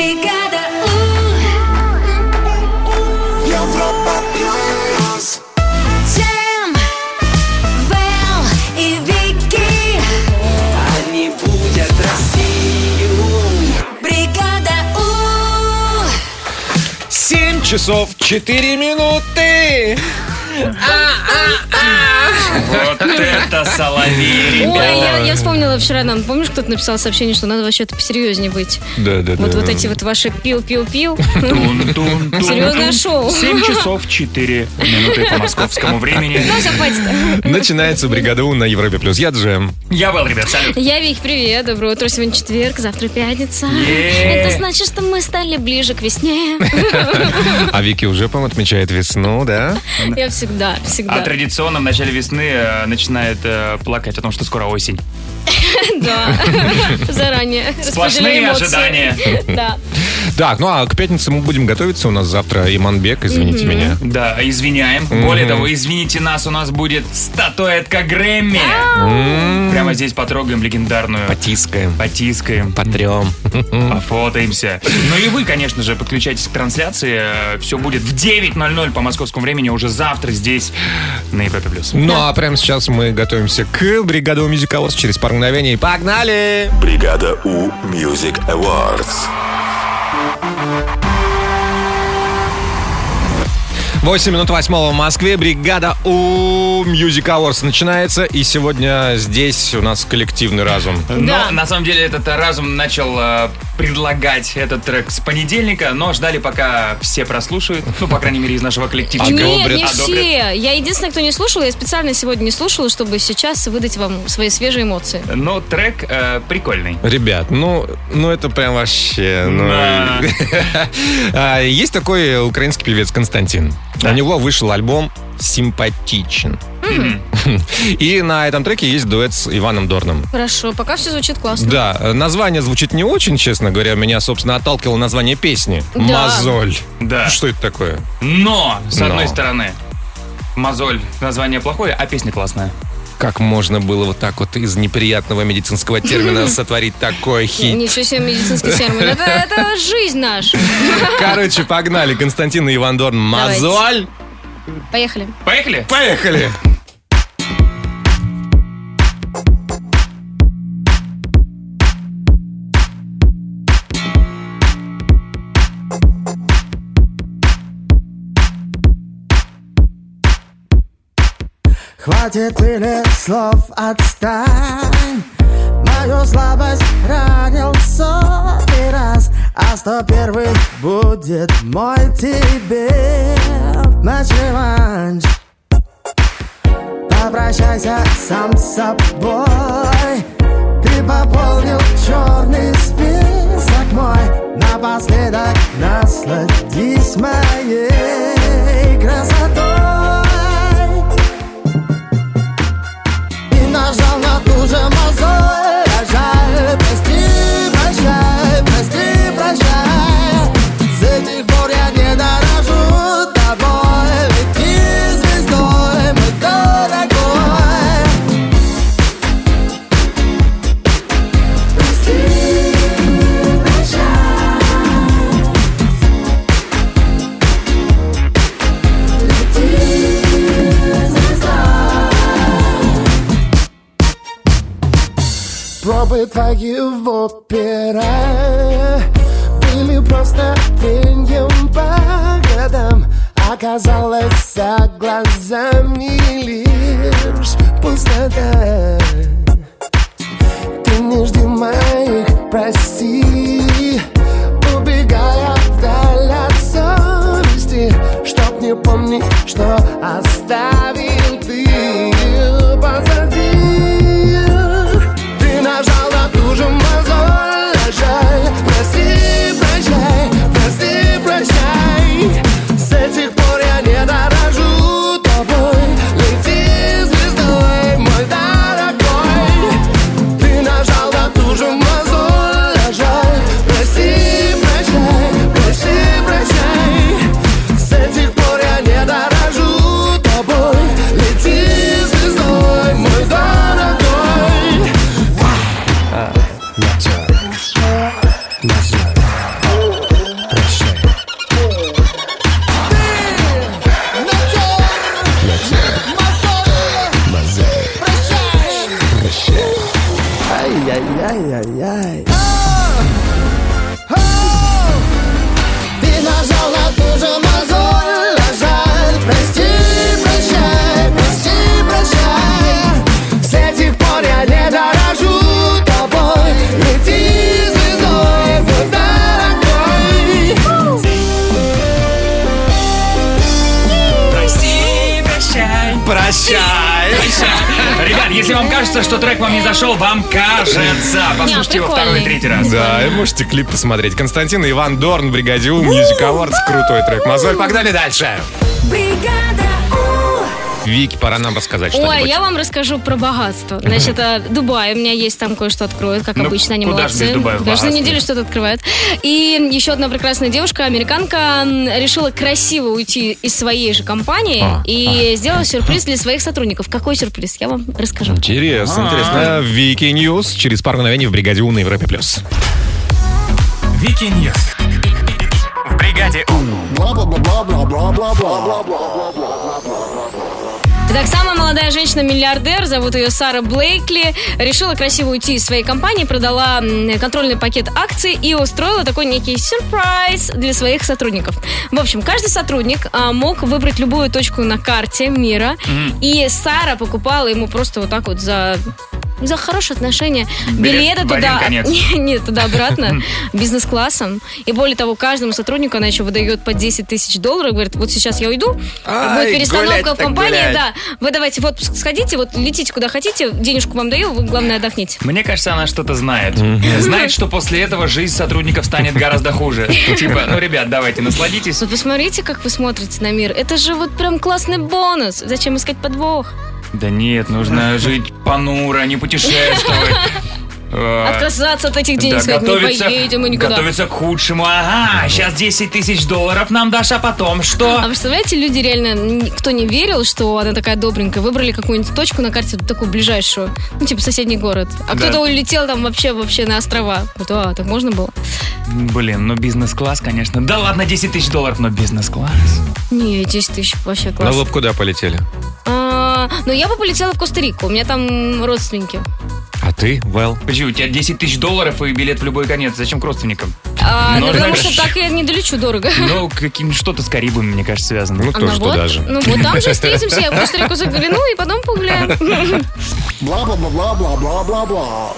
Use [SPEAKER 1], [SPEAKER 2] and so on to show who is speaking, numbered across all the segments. [SPEAKER 1] Бригада У.
[SPEAKER 2] Европа плюс,
[SPEAKER 1] Сэм, Вэл и Вики.
[SPEAKER 2] они будят Россию.
[SPEAKER 1] Бригада У.
[SPEAKER 3] 7 часов 4 минуты.
[SPEAKER 4] Вот это соловей,
[SPEAKER 5] Ой, я, я
[SPEAKER 4] ребята.
[SPEAKER 5] вспомнила вчера нам, помнишь, кто-то написал сообщение, что надо вообще-то посерьезнее быть.
[SPEAKER 3] Да, да,
[SPEAKER 5] Вот вот эти вот ваши пил-пил-пил.
[SPEAKER 4] Тун-тун-тун.
[SPEAKER 5] Серьезное шоу.
[SPEAKER 4] 7 часов 4 минуты по московскому времени.
[SPEAKER 5] Ну, все, хватит.
[SPEAKER 3] Начинается бригада У на Европе плюс. Я Джем.
[SPEAKER 4] Я был, ребят, салют.
[SPEAKER 5] Я Вик, привет, доброе утро. Сегодня четверг, завтра пятница.
[SPEAKER 4] Е-е.
[SPEAKER 5] Это значит, что мы стали ближе к весне.
[SPEAKER 3] А Вики уже, по-моему, отмечает весну, да?
[SPEAKER 5] Я всегда,
[SPEAKER 4] А
[SPEAKER 5] всегда.
[SPEAKER 4] традиционно в начале весны э, начинает э, плакать о том, что скоро осень.
[SPEAKER 5] Да. Заранее. распределили
[SPEAKER 4] Сплошные
[SPEAKER 5] эмоции.
[SPEAKER 4] ожидания.
[SPEAKER 5] Да.
[SPEAKER 3] Так, ну а к пятнице мы будем готовиться. У нас завтра Иманбек, извините меня.
[SPEAKER 4] Да, извиняем. Более того, извините нас, у нас будет статуэтка Грэмми. Прямо здесь потрогаем легендарную.
[SPEAKER 3] Потискаем.
[SPEAKER 4] Потискаем,
[SPEAKER 3] Потрем.
[SPEAKER 4] пофотаемся. Ну и вы, конечно же, подключайтесь к трансляции. Все будет в 9.00 по московскому времени уже завтра здесь на Европе+. плюс.
[SPEAKER 3] Ну а прямо сейчас мы готовимся к бригаду Music Awards через пару мгновений. Погнали!
[SPEAKER 6] Бригада У Music Awards.
[SPEAKER 3] 8 минут 8 в Москве. Бригада У Music Awards начинается. И сегодня здесь у нас коллективный разум.
[SPEAKER 4] Но на самом деле этот разум начал э, предлагать этот трек с понедельника, но ждали, пока все прослушают. Ну, по крайней мере, из нашего коллективчика.
[SPEAKER 5] Нет, не
[SPEAKER 3] Одобрят.
[SPEAKER 5] все. Я единственная, кто не слушала, я специально сегодня не слушала, чтобы сейчас выдать вам свои свежие эмоции.
[SPEAKER 4] Но трек э, прикольный.
[SPEAKER 3] Ребят, ну, ну это прям вообще... ну.
[SPEAKER 4] Да.
[SPEAKER 3] А, Есть такой украинский певец Константин. У него вышел альбом «Симпатичен». И на этом треке есть дуэт с Иваном Дорном.
[SPEAKER 5] Хорошо, пока все звучит классно.
[SPEAKER 3] Да, э, название звучит не очень, честно говоря. Меня, собственно, отталкивало название песни.
[SPEAKER 5] Да.
[SPEAKER 3] «Мозоль».
[SPEAKER 4] Да.
[SPEAKER 3] Что это такое?
[SPEAKER 4] Но, с
[SPEAKER 3] Но.
[SPEAKER 4] одной стороны, мозоль, название плохое, а песня классная.
[SPEAKER 3] Как можно было вот так вот из неприятного медицинского термина сотворить такой хит?
[SPEAKER 5] Ничего себе медицинский термин. Это, это жизнь наша.
[SPEAKER 3] Короче, погнали. Константин и Иван Дорн.
[SPEAKER 5] Давайте.
[SPEAKER 3] Мозоль.
[SPEAKER 5] Поехали.
[SPEAKER 4] Поехали?
[SPEAKER 3] Поехали.
[SPEAKER 7] Хватит или слов отстань Мою слабость ранил сотый раз А сто первый будет мой тебе Ночеванч Попрощайся сам с собой Ты пополнил черный список мой Напоследок насладись моей красотой и нажал на ту же мозоль А жаль, прости, прощай, прости, прощай С этих пор я не дорожу тобой Ведь ты звездой, мой дорогой Пробы твои в опере Были просто треньем по годам Оказалось за глазами лишь пустота Ты не жди моих прости Убегая вдаль от совести Чтоб не помнить, что оставил ты позади ты нажал на ту же мозоль а жаль. Прости, прощай, прости, прощай С этих пор я не дорожу тобой Лети звездой, мой дорогой Ты нажал на ту же мозоль а жаль.
[SPEAKER 4] Ребят, если вам кажется, что трек вам не зашел, вам кажется. Послушайте его второй и
[SPEAKER 5] прикольный.
[SPEAKER 4] третий раз.
[SPEAKER 3] Да, и можете клип посмотреть. Константин и Иван Дорн, Бригадю, Music Awards, крутой трек. Мозоль, погнали дальше.
[SPEAKER 1] Бригада У.
[SPEAKER 3] Вики, пора нам рассказать что-нибудь.
[SPEAKER 5] Ой, я вам расскажу про богатство. Значит, а, Дубай, у меня есть там кое-что откроют, как
[SPEAKER 4] Ну,
[SPEAKER 5] обычно, они
[SPEAKER 4] куда ж
[SPEAKER 5] молодцы.
[SPEAKER 4] без Дубая в
[SPEAKER 5] Каждую
[SPEAKER 4] богатстве?
[SPEAKER 5] неделю что-то открывают. И еще одна прекрасная девушка, американка, м, решила красиво уйти из своей же компании
[SPEAKER 3] А,
[SPEAKER 5] и сделала сюрприз для своих сотрудников. Какой сюрприз? Я вам расскажу.
[SPEAKER 3] Интересно, интересно. А. Вики Ньюс через пару мгновений в Бригаде У на Европе+. плюс.
[SPEAKER 8] Вики Ньюс. В бригаде У.
[SPEAKER 5] Итак, самая молодая женщина-миллиардер, зовут ее Сара Блейкли, решила красиво уйти из своей компании, продала м, контрольный пакет акций и устроила такой некий сюрприз для своих сотрудников. В общем, каждый сотрудник а, мог выбрать любую точку на карте мира, и Сара покупала ему просто вот так вот за за хорошие отношения
[SPEAKER 4] Билет
[SPEAKER 5] билеты
[SPEAKER 4] в один
[SPEAKER 5] туда
[SPEAKER 4] конец.
[SPEAKER 5] Не, нет туда обратно бизнес-классом и более того каждому сотруднику она еще выдает по 10 тысяч долларов говорит вот сейчас я уйду
[SPEAKER 3] Ай,
[SPEAKER 5] будет перестановка
[SPEAKER 3] гулять
[SPEAKER 5] в
[SPEAKER 3] так
[SPEAKER 5] компании
[SPEAKER 3] гулять.
[SPEAKER 5] да вы давайте в отпуск сходите вот летите куда хотите денежку вам даю вы главное отдохните
[SPEAKER 4] Мне кажется, она что-то знает. Знает, что после этого жизнь сотрудников станет гораздо хуже. Типа, ну, ребят, давайте, насладитесь.
[SPEAKER 5] вот посмотрите, как вы смотрите на мир. Это же вот прям классный бонус. Зачем искать подвох?
[SPEAKER 4] Да нет, нужно жить понуро, а не путешествовать.
[SPEAKER 5] А
[SPEAKER 4] Э,
[SPEAKER 5] Отказаться от этих
[SPEAKER 4] Да,
[SPEAKER 5] денег, сказать, не поедем и никуда.
[SPEAKER 4] готовиться к худшему. Ага, сейчас 10 тысяч долларов нам дашь, а потом
[SPEAKER 5] А
[SPEAKER 4] что?
[SPEAKER 5] представляете, люди реально, н- кто не верил, что она такая добренькая, выбрали какую-нибудь точку на карте, вот такую ближайшую, ну, типа соседний город. А
[SPEAKER 4] Да.
[SPEAKER 5] кто-то улетел там вообще, вообще на острова. Вот, а, так можно было?
[SPEAKER 4] Блин, ну бизнес-класс, конечно. Да ладно, 10 тысяч долларов, но бизнес-класс.
[SPEAKER 5] Не, 10 тысяч, вообще
[SPEAKER 3] На
[SPEAKER 5] класс.
[SPEAKER 3] лоб куда полетели?
[SPEAKER 5] А, но я бы полетела в Коста-Рику, у меня там родственники.
[SPEAKER 3] А ты, Вэл?
[SPEAKER 4] Подожди, у тебя 10 тысяч долларов и билет в любой конец. Зачем к родственникам?
[SPEAKER 5] А,
[SPEAKER 4] Ну,
[SPEAKER 5] ну, потому что
[SPEAKER 4] хорошо.
[SPEAKER 5] так я не долечу дорого.
[SPEAKER 4] Ну, каким что-то с Карибами, мне кажется, связано.
[SPEAKER 3] Ну,
[SPEAKER 5] А
[SPEAKER 3] тоже
[SPEAKER 5] ну
[SPEAKER 3] туда
[SPEAKER 5] вот,
[SPEAKER 3] же.
[SPEAKER 5] Ну вот там же встретимся, я в Коста-Рику загляну и потом погуляю.
[SPEAKER 7] Бла-бла-бла-бла-бла-бла-бла.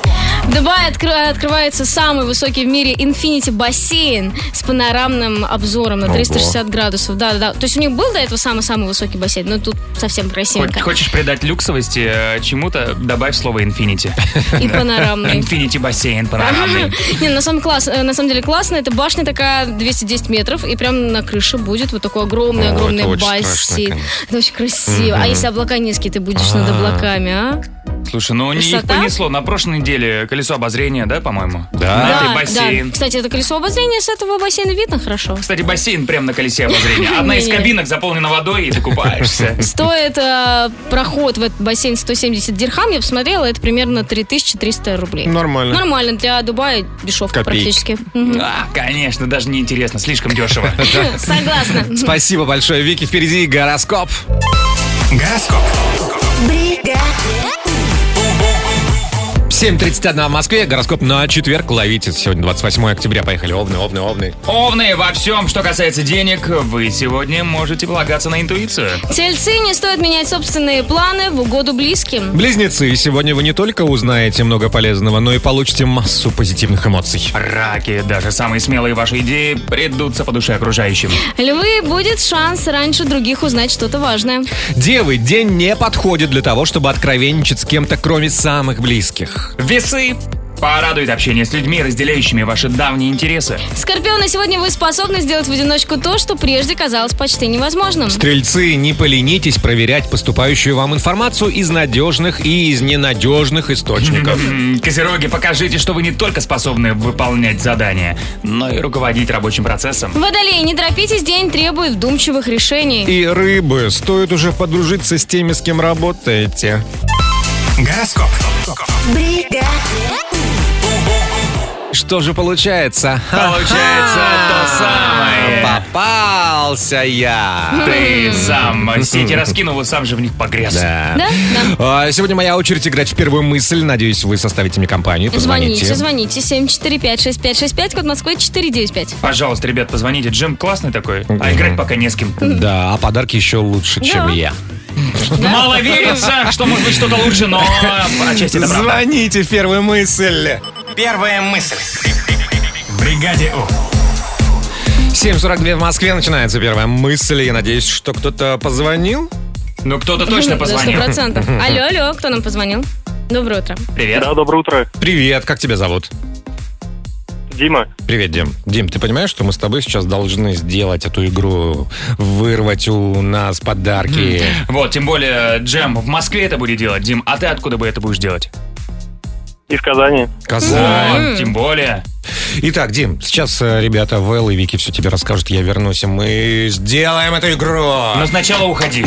[SPEAKER 5] В Дубае откры- открывается самый высокий в мире Infinity бассейн с панорамным обзором на
[SPEAKER 3] Ого.
[SPEAKER 5] 360 градусов. Да, да, да. То есть у них был до этого самый-самый высокий бассейн, но тут совсем
[SPEAKER 4] Хоть-
[SPEAKER 5] красивенько.
[SPEAKER 4] хочешь придать люксовости э, чему-то, добавь слово «инфинити».
[SPEAKER 5] И панорамный.
[SPEAKER 4] «Инфинити» бассейн панорамный.
[SPEAKER 5] Не, на самом, класс, э, на самом деле классно. Это башня такая 210 метров, и прям на крыше будет вот такой огромный,
[SPEAKER 3] О,
[SPEAKER 5] огромный
[SPEAKER 3] это очень страшно,
[SPEAKER 5] бассейн.
[SPEAKER 3] конечно.
[SPEAKER 5] Это очень красиво. А если облака низкие, ты будешь над облаками, а?
[SPEAKER 4] Слушай, ну не их
[SPEAKER 5] Высота?
[SPEAKER 4] понесло. На прошлой неделе колесо обозрения, да, по-моему?
[SPEAKER 3] Да.
[SPEAKER 4] На этой
[SPEAKER 5] да.
[SPEAKER 4] бассейн.
[SPEAKER 5] Кстати, это колесо обозрения с этого бассейна видно хорошо.
[SPEAKER 4] Кстати, бассейн прямо на колесе обозрения. Одна из
[SPEAKER 5] Не-не.
[SPEAKER 4] кабинок заполнена водой, и ты купаешься.
[SPEAKER 5] Стоит э, проход в этот бассейн 170 дирхам, я посмотрела, это примерно 3300 рублей.
[SPEAKER 3] Нормально.
[SPEAKER 5] Нормально, для Дубая дешевка
[SPEAKER 3] Копейки.
[SPEAKER 5] практически. Мгм.
[SPEAKER 4] А, конечно, даже не интересно, слишком дешево.
[SPEAKER 5] Согласна.
[SPEAKER 3] Спасибо большое, Вики. Впереди гороскоп.
[SPEAKER 8] Гороскоп.
[SPEAKER 3] 7.31 в Москве. Гороскоп на четверг. Ловите. Сегодня 28 октября. Поехали. Овны, овны, овны.
[SPEAKER 4] Овны, во всем, что касается денег, вы сегодня можете полагаться на интуицию.
[SPEAKER 5] Тельцы не стоит менять собственные планы в угоду близким.
[SPEAKER 3] Близнецы, сегодня вы не только узнаете много полезного, но и получите массу позитивных эмоций.
[SPEAKER 4] Раки, даже самые смелые ваши идеи придутся по душе окружающим.
[SPEAKER 5] Львы будет шанс раньше других узнать что-то важное.
[SPEAKER 3] Девы, день не подходит для того, чтобы откровенничать с кем-то, кроме самых близких.
[SPEAKER 4] Весы, порадует общение с людьми, разделяющими ваши давние интересы.
[SPEAKER 5] Скорпионы, сегодня вы способны сделать в одиночку то, что прежде казалось почти невозможным.
[SPEAKER 3] Стрельцы, не поленитесь проверять поступающую вам информацию из надежных и из ненадежных источников.
[SPEAKER 4] М, Козероги, покажите, что вы не только способны выполнять задания, но и руководить рабочим процессом.
[SPEAKER 5] Водолеи, не торопитесь, день требует вдумчивых решений.
[SPEAKER 3] И рыбы, стоит уже подружиться с теми, с кем работаете.
[SPEAKER 8] Гороскоп.
[SPEAKER 3] Что же получается?
[SPEAKER 4] Получается то самое.
[SPEAKER 3] Попался я.
[SPEAKER 4] Ты сам сети раскинул, и сам же в них погряз.
[SPEAKER 5] Да? Да.
[SPEAKER 3] А, Сегодня моя очередь играть в первую мысль. Надеюсь, вы составите мне компанию.
[SPEAKER 5] Звоните, звоните. 745-6565, код Москвы 495.
[SPEAKER 4] Пожалуйста, ребят, позвоните. Джем классный такой, а играть пока не с кем.
[SPEAKER 3] Да, а подарки еще лучше, чем
[SPEAKER 5] Да.
[SPEAKER 3] я.
[SPEAKER 4] Мало верится, что может быть что-то лучше, но отчасти это правда.
[SPEAKER 3] Звоните в первую мысль.
[SPEAKER 8] Первая мысль. В бригаде У.
[SPEAKER 3] 7.42 в Москве начинается первая мысль. Я надеюсь, что кто-то позвонил.
[SPEAKER 4] Ну, кто-то точно позвонил.
[SPEAKER 5] Да, 100%. Алло, алло, кто нам позвонил? Доброе утро.
[SPEAKER 4] Привет.
[SPEAKER 9] Да, доброе утро,
[SPEAKER 3] Привет, как тебя зовут?
[SPEAKER 9] Дима.
[SPEAKER 3] Привет, Дим. Дим, ты понимаешь, что мы с тобой сейчас должны сделать эту игру, вырвать у нас подарки?
[SPEAKER 4] Вот, тем более, Джем в Москве это будет делать. Дим, а ты откуда бы это будешь делать?
[SPEAKER 9] Из Казани.
[SPEAKER 3] Казань.
[SPEAKER 4] Вот, тем более.
[SPEAKER 3] Итак, Дим, сейчас э, ребята Вэл и Вики все тебе расскажут, я вернусь, и мы сделаем эту
[SPEAKER 4] Но
[SPEAKER 3] игру.
[SPEAKER 4] сначала уходи.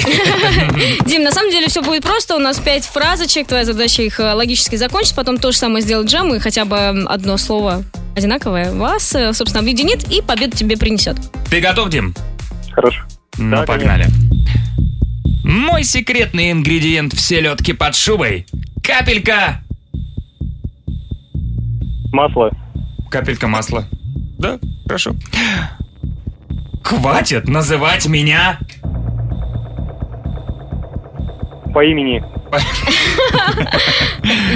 [SPEAKER 5] Дим, на самом деле все будет просто. У нас пять фразочек. Твоя задача их э, логически закончить. Потом то же самое сделать джем и хотя бы м, одно слово одинаковое вас, э, собственно, объединит и победу тебе принесет.
[SPEAKER 4] Ты готов, Дим?
[SPEAKER 9] Хорошо.
[SPEAKER 4] Ну,
[SPEAKER 9] Да,
[SPEAKER 4] погнали. Мой секретный ингредиент в селедке под шубой. Капелька.
[SPEAKER 9] Масло.
[SPEAKER 4] Капелька масла. Да, хорошо. Хватит называть меня.
[SPEAKER 9] По имени.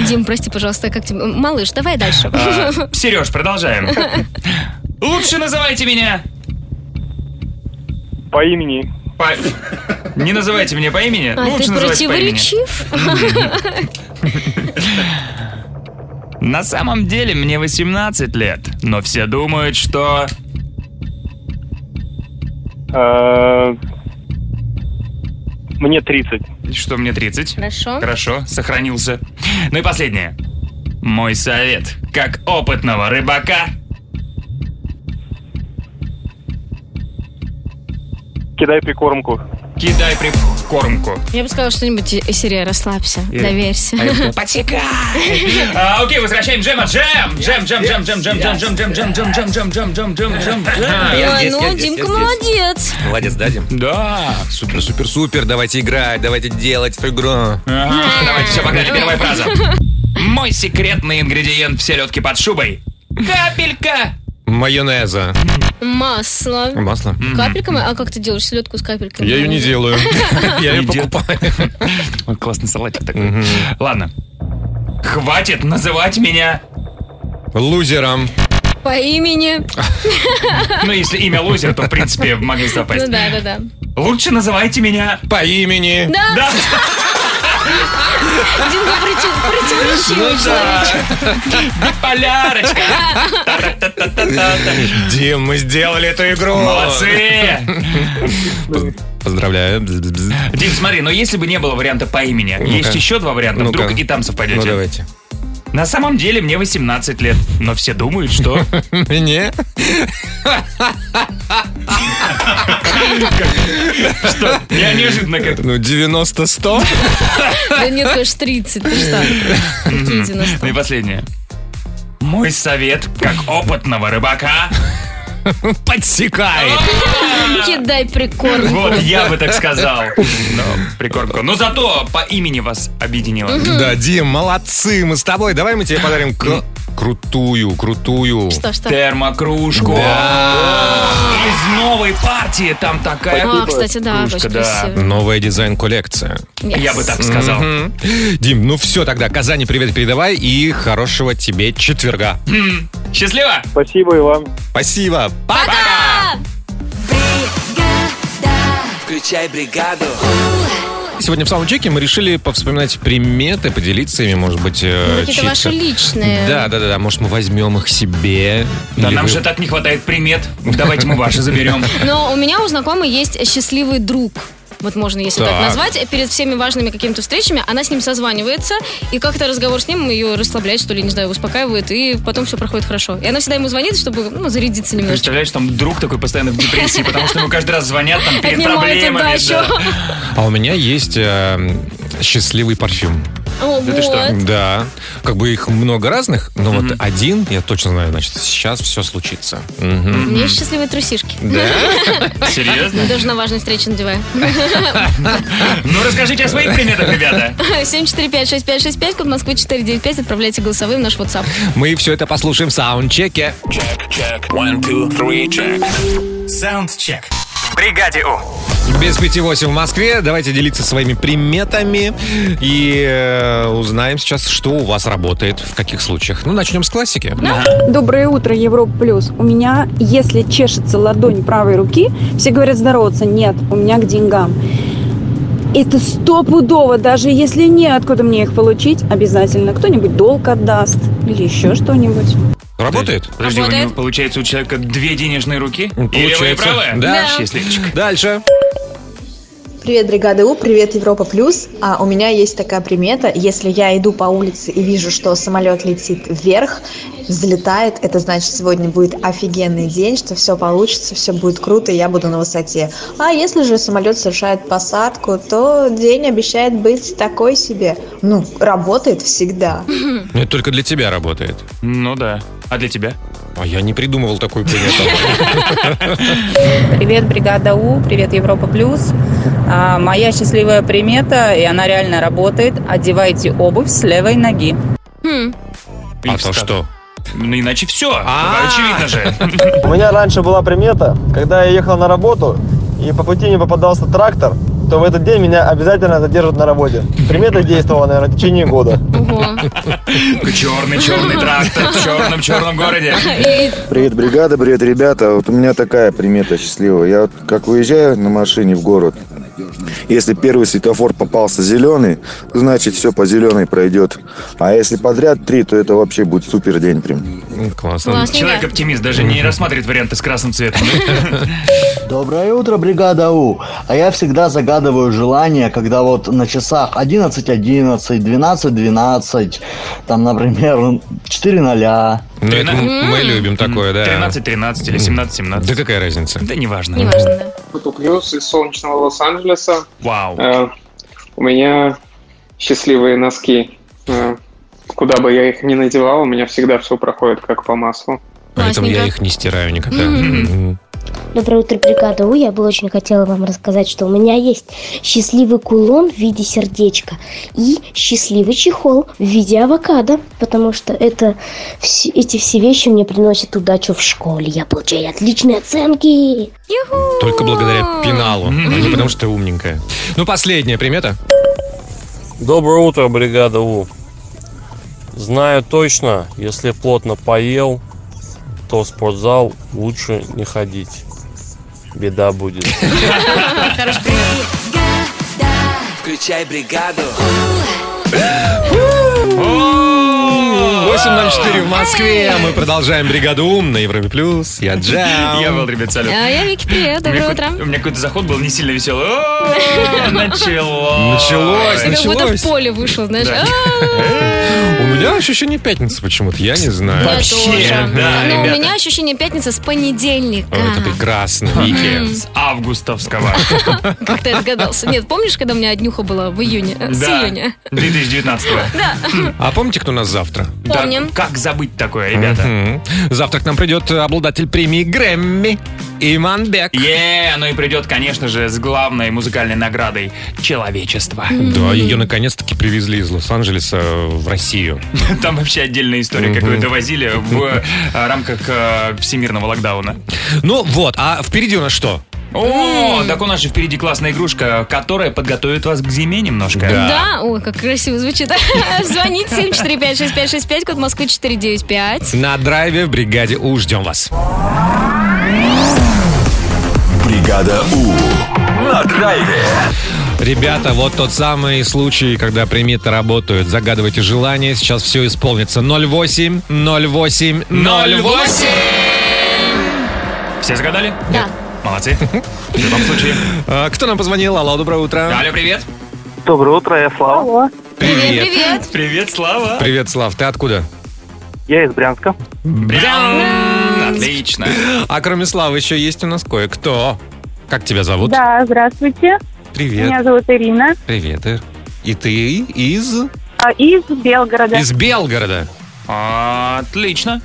[SPEAKER 5] Дим, прости, пожалуйста, как тебе? Малыш, давай дальше.
[SPEAKER 4] А. Сереж, продолжаем. Лучше называйте меня.
[SPEAKER 9] По имени.
[SPEAKER 4] по- Не называйте меня по имени.
[SPEAKER 5] А
[SPEAKER 4] ну, Лучше
[SPEAKER 5] ты
[SPEAKER 4] называйте по имени.
[SPEAKER 5] противоречив?
[SPEAKER 4] На самом деле мне 18 лет, но все думают, что...
[SPEAKER 9] Э, Мне 30.
[SPEAKER 4] Что мне 30.
[SPEAKER 5] Хорошо.
[SPEAKER 4] Хорошо, сохранился. Ну и последнее. Мой совет, как опытного рыбака.
[SPEAKER 9] Кидай прикормку.
[SPEAKER 4] Кидай прикормку.
[SPEAKER 5] Я бы сказала что-нибудь из серии «Расслабься,
[SPEAKER 4] Или-
[SPEAKER 5] доверься».
[SPEAKER 4] Потекай! А, Окей, возвращаем Джема. Джем! Джем, джем, джем, джем, джем, джем, джем, джем, джем, джем, джем, джем, джем, джем, джем, джем.
[SPEAKER 5] Ой,
[SPEAKER 3] здесь, я
[SPEAKER 5] Ну,
[SPEAKER 3] здесь, я
[SPEAKER 5] Димка
[SPEAKER 3] здесь.
[SPEAKER 5] молодец.
[SPEAKER 3] Молодец, да, Дим?
[SPEAKER 4] Да.
[SPEAKER 3] Супер, супер, супер, давайте играть, давайте делать эту игру.
[SPEAKER 4] Ага, Давайте, все, погнали, первая фраза. Мой секретный ингредиент в селедке под шубой. Капелька!
[SPEAKER 3] Майонеза.
[SPEAKER 5] Масло.
[SPEAKER 3] Масло.
[SPEAKER 5] Капельками? А как ты делаешь селедку с капельками?
[SPEAKER 3] Я ее не делаю. Я ее
[SPEAKER 4] Не дел-
[SPEAKER 3] покупаю.
[SPEAKER 4] Ой, классный салатик такой. Ладно. Хватит называть меня.
[SPEAKER 3] Лузером.
[SPEAKER 5] По имени.
[SPEAKER 4] Ну, если имя лузер, то, в принципе, могли
[SPEAKER 5] Ну
[SPEAKER 4] запасть.
[SPEAKER 5] да, да, да.
[SPEAKER 4] Лучше называйте меня.
[SPEAKER 3] По имени.
[SPEAKER 5] Да,
[SPEAKER 4] Да.
[SPEAKER 5] Димка против-
[SPEAKER 4] Ну,
[SPEAKER 5] противоречивый человек.
[SPEAKER 4] Полярочка.
[SPEAKER 3] Дим, мы сделали эту игру.
[SPEAKER 4] Молодцы.
[SPEAKER 3] Поздравляю. Ну, Бз-бз-бз.
[SPEAKER 4] Дим, смотри, но если бы не было варианта по имени,
[SPEAKER 3] Ну-ка.
[SPEAKER 4] есть еще два варианта,
[SPEAKER 3] Ну-ка.
[SPEAKER 4] вдруг и там
[SPEAKER 3] Ну
[SPEAKER 4] совпадете.
[SPEAKER 3] давайте.
[SPEAKER 4] На самом деле мне 18 лет, но все думают, что...
[SPEAKER 3] Мне?
[SPEAKER 4] Что? Я неожиданно к этому.
[SPEAKER 3] Ну, 90-100.
[SPEAKER 5] Да нет, конечно, 30, ты что? Какие 90?
[SPEAKER 4] Ну и последнее. Мой совет, как опытного рыбака,
[SPEAKER 3] Подсекай.
[SPEAKER 5] Кидай прикорм.
[SPEAKER 4] А. вот я бы так сказал. Но прикормку. Но зато по имени вас объединило.
[SPEAKER 3] Да, Дим, молодцы, мы с тобой. Давай мы тебе подарим к- крутую, крутую.
[SPEAKER 5] Что, что?
[SPEAKER 4] Термокружку. Из новой партии там такая
[SPEAKER 5] А, кстати, да,
[SPEAKER 4] кружка,
[SPEAKER 5] очень
[SPEAKER 4] да.
[SPEAKER 5] красиво.
[SPEAKER 3] Новая дизайн-коллекция.
[SPEAKER 4] Я бы так сказал.
[SPEAKER 3] Мгм. Дим, ну все тогда, Казани привет передавай и хорошего тебе четверга.
[SPEAKER 4] Счастливо!
[SPEAKER 9] Спасибо и вам.
[SPEAKER 3] Спасибо.
[SPEAKER 2] Включай бригаду.
[SPEAKER 3] Сегодня в саундчеке мы решили повспоминать приметы, поделиться ими, может быть, э,
[SPEAKER 5] Ну, Какие-то
[SPEAKER 3] чьи-то-
[SPEAKER 5] ваши личные.
[SPEAKER 3] Да, да, да, да, может мы возьмем их себе.
[SPEAKER 4] Да
[SPEAKER 3] Или
[SPEAKER 4] нам
[SPEAKER 3] вы-
[SPEAKER 4] же так не хватает примет. Давайте мы ваши заберем.
[SPEAKER 5] Но у меня у знакомой есть счастливый друг. Вот можно, если так,
[SPEAKER 3] Так.
[SPEAKER 5] назвать, перед всеми важными какими-то встречами, она с ним созванивается, и как-то разговор с ним ее расслабляет, что ли, не знаю, успокаивает, и потом все проходит хорошо. И она всегда ему звонит, чтобы ну, зарядиться немножечко.
[SPEAKER 4] Представляешь, там друг такой постоянно в депрессии, потому что ему каждый раз звонят там перед
[SPEAKER 5] Отнимает
[SPEAKER 4] проблемами.
[SPEAKER 5] удачу.
[SPEAKER 4] да.
[SPEAKER 3] А у меня есть э, счастливый парфюм.
[SPEAKER 5] О,
[SPEAKER 4] ты что?
[SPEAKER 5] вот.
[SPEAKER 3] Да. Как бы их много разных, но вот один, я точно знаю, значит, сейчас все случится. Мгм.
[SPEAKER 5] У меня есть счастливые трусишки.
[SPEAKER 4] Серьезно?
[SPEAKER 5] Даже на важной встрече надеваю.
[SPEAKER 4] Ну расскажите о своих приметах, ребята.
[SPEAKER 5] 745-6565, код Москвы 495. Отправляйте голосовые в наш WhatsApp.
[SPEAKER 3] Мы все это послушаем в саундчеке.
[SPEAKER 6] One, two, three, check.
[SPEAKER 8] Саундчек. В бригаде У.
[SPEAKER 3] Без пяти восемь в Москве. Давайте делиться своими приметами и э, узнаем сейчас, что у вас работает, в каких случаях. Ну, начнем с классики.
[SPEAKER 10] Доброе утро, Европа Плюс. У меня, если чешется ладонь правой руки, все говорят здороваться. Нет, у меня к деньгам.
[SPEAKER 11] Это стопудово, даже если неоткуда мне их получить, обязательно кто-нибудь долг отдаст или еще что-нибудь.
[SPEAKER 3] Работает? Ну,
[SPEAKER 4] Подожди, у
[SPEAKER 5] Работает.
[SPEAKER 4] него, получается у человека две денежные руки? И левая, и
[SPEAKER 3] Получается.
[SPEAKER 4] правая?
[SPEAKER 3] Да.
[SPEAKER 4] Счастливчик.
[SPEAKER 3] Дальше.
[SPEAKER 12] Привет, бригада У, привет, Европа Плюс. А у меня есть такая примета, если я иду по улице и вижу, что самолет летит вверх, взлетает, это значит, сегодня будет офигенный день, что все получится, все будет круто, и я буду на высоте. А если же самолет совершает посадку, то день обещает быть такой себе. Ну, работает всегда.
[SPEAKER 3] Это только для тебя работает.
[SPEAKER 4] Ну да. А для тебя?
[SPEAKER 3] А я не придумывал такую примету.
[SPEAKER 1] Привет, бригада У, привет, Европа Плюс. А, моя счастливая примета, и она реально работает, одевайте обувь с левой ноги.
[SPEAKER 5] Хм.
[SPEAKER 3] А то что?
[SPEAKER 4] Ну иначе все.
[SPEAKER 3] А.
[SPEAKER 4] Очевидно же.
[SPEAKER 13] У меня раньше была примета, когда я ехал на работу и по пути мне попадался трактор, то в этот день меня обязательно задержат на работе. Примета действовала, наверное, в течение года.
[SPEAKER 5] Ого.
[SPEAKER 4] Черный-черный трактор в черном-черном городе.
[SPEAKER 5] И-
[SPEAKER 14] Привет, бригада, привет, ребята. Вот у меня такая примета счастливая. Я вот как выезжаю на машине в город, если первый светофор попался зеленый, значит все по зеленой пройдет. А если подряд три, то это вообще будет супер день прям.
[SPEAKER 3] Ну, Классно.
[SPEAKER 4] Человек-оптимист даже не рассматривает варианты с красным цветом.
[SPEAKER 7] Доброе утро, бригада У. А я всегда загадываю желание, когда вот на часах 11.11, 12.12, там, например, 4 ноля.
[SPEAKER 3] Ну, это
[SPEAKER 4] Трина-
[SPEAKER 3] мы любим такое, да.
[SPEAKER 4] 13-13 или 17-17.
[SPEAKER 3] Да какая разница?
[SPEAKER 4] Да неважно.
[SPEAKER 5] Неважно,
[SPEAKER 3] Э,
[SPEAKER 5] да.
[SPEAKER 15] Плюс из солнечного Лос-Анджелеса.
[SPEAKER 4] Вау.
[SPEAKER 15] Э, У меня счастливые носки. Э, Куда бы я их ни надевал, у меня всегда все проходит как по маслу.
[SPEAKER 3] Поэтому я
[SPEAKER 15] Классненько.
[SPEAKER 3] их не стираю никогда.
[SPEAKER 15] Мгм.
[SPEAKER 16] Доброе утро, бригада У. Я бы очень хотела вам рассказать, что у меня есть счастливый кулон в виде сердечка и счастливый чехол в виде авокадо, потому что это вс- эти все вещи мне приносят удачу в школе. Я получаю отличные оценки.
[SPEAKER 3] Только благодаря пеналу, а не потому что ты умненькая. Ну, последняя примета.
[SPEAKER 10] Доброе утро, бригада У. Знаю точно, если плотно поел, то в спортзал лучше не ходить. Беда будет.
[SPEAKER 17] Включай бригаду.
[SPEAKER 3] 8.04 в Москве. Мы продолжаем бригаду Ум на Европе Плюс. Я Джам.
[SPEAKER 4] Я был, ребят, салют.
[SPEAKER 5] А я Вики, привет,
[SPEAKER 4] У меня
[SPEAKER 5] доброе
[SPEAKER 4] какой-
[SPEAKER 5] утро.
[SPEAKER 4] У меня какой-то заход был не сильно веселый. О, Началось.
[SPEAKER 3] Началось,
[SPEAKER 5] Ты как будто
[SPEAKER 3] началось.
[SPEAKER 5] в поле вышел, знаешь.
[SPEAKER 3] Да.
[SPEAKER 5] А-а-а.
[SPEAKER 3] У меня ощущение пятницы почему-то, я не знаю.
[SPEAKER 5] Я тоже.
[SPEAKER 3] да,
[SPEAKER 5] Но у
[SPEAKER 3] ребята.
[SPEAKER 5] меня ощущение пятницы с понедельника.
[SPEAKER 3] О, Это прекрасно.
[SPEAKER 4] Вики с августовского.
[SPEAKER 5] Как ты отгадался? Нет, помнишь, когда у меня однюха была в июне? Э, С
[SPEAKER 4] Да.
[SPEAKER 5] июня.
[SPEAKER 4] 2019
[SPEAKER 5] Да.
[SPEAKER 3] А помните, кто у нас завтра?
[SPEAKER 4] Да,
[SPEAKER 5] Помним.
[SPEAKER 4] Как забыть такое, ребята?
[SPEAKER 3] Мгм. Завтра к нам придет обладатель премии Грэмми Иманбек.
[SPEAKER 4] Е, ну и придет, конечно же, с главной музыкальной наградой человечества.
[SPEAKER 3] Да, ее наконец-таки привезли из Лос-Анджелеса в Россию.
[SPEAKER 4] Там вообще отдельная история,
[SPEAKER 3] Мгм.
[SPEAKER 4] какую-то возили в э, рамках э, всемирного локдауна.
[SPEAKER 3] Ну вот, а впереди у нас что?
[SPEAKER 4] О, так у нас же впереди классная игрушка, которая подготовит вас к зиме немножко.
[SPEAKER 5] Да, ой, как красиво звучит. Звоните 7456565, код Москвы 495.
[SPEAKER 3] На драйве в бригаде У ждем вас.
[SPEAKER 18] Бригада У на драйве.
[SPEAKER 3] Ребята, вот тот самый случай, когда приметы работают. Загадывайте желание, сейчас все исполнится. 08, 08, 08.
[SPEAKER 4] Все загадали?
[SPEAKER 5] Да.
[SPEAKER 4] Молодцы. В любом случае.
[SPEAKER 3] А, Кто нам позвонил? Алло, доброе утро.
[SPEAKER 4] Алло, привет.
[SPEAKER 15] Доброе утро, я Слава.
[SPEAKER 3] Привет.
[SPEAKER 5] Привет.
[SPEAKER 4] Привет, Слава.
[SPEAKER 3] Привет, Слав, ты откуда?
[SPEAKER 15] Я из Брянска.
[SPEAKER 4] Брян. Отлично.
[SPEAKER 3] А кроме Славы еще есть у нас кое-кто. Как тебя зовут?
[SPEAKER 19] Да, здравствуйте. Меня
[SPEAKER 3] Привет.
[SPEAKER 19] зовут Ирина.
[SPEAKER 3] Привет. Ир. И ты из?
[SPEAKER 19] А, Из Белгорода.
[SPEAKER 3] Из Белгорода.
[SPEAKER 4] Отлично.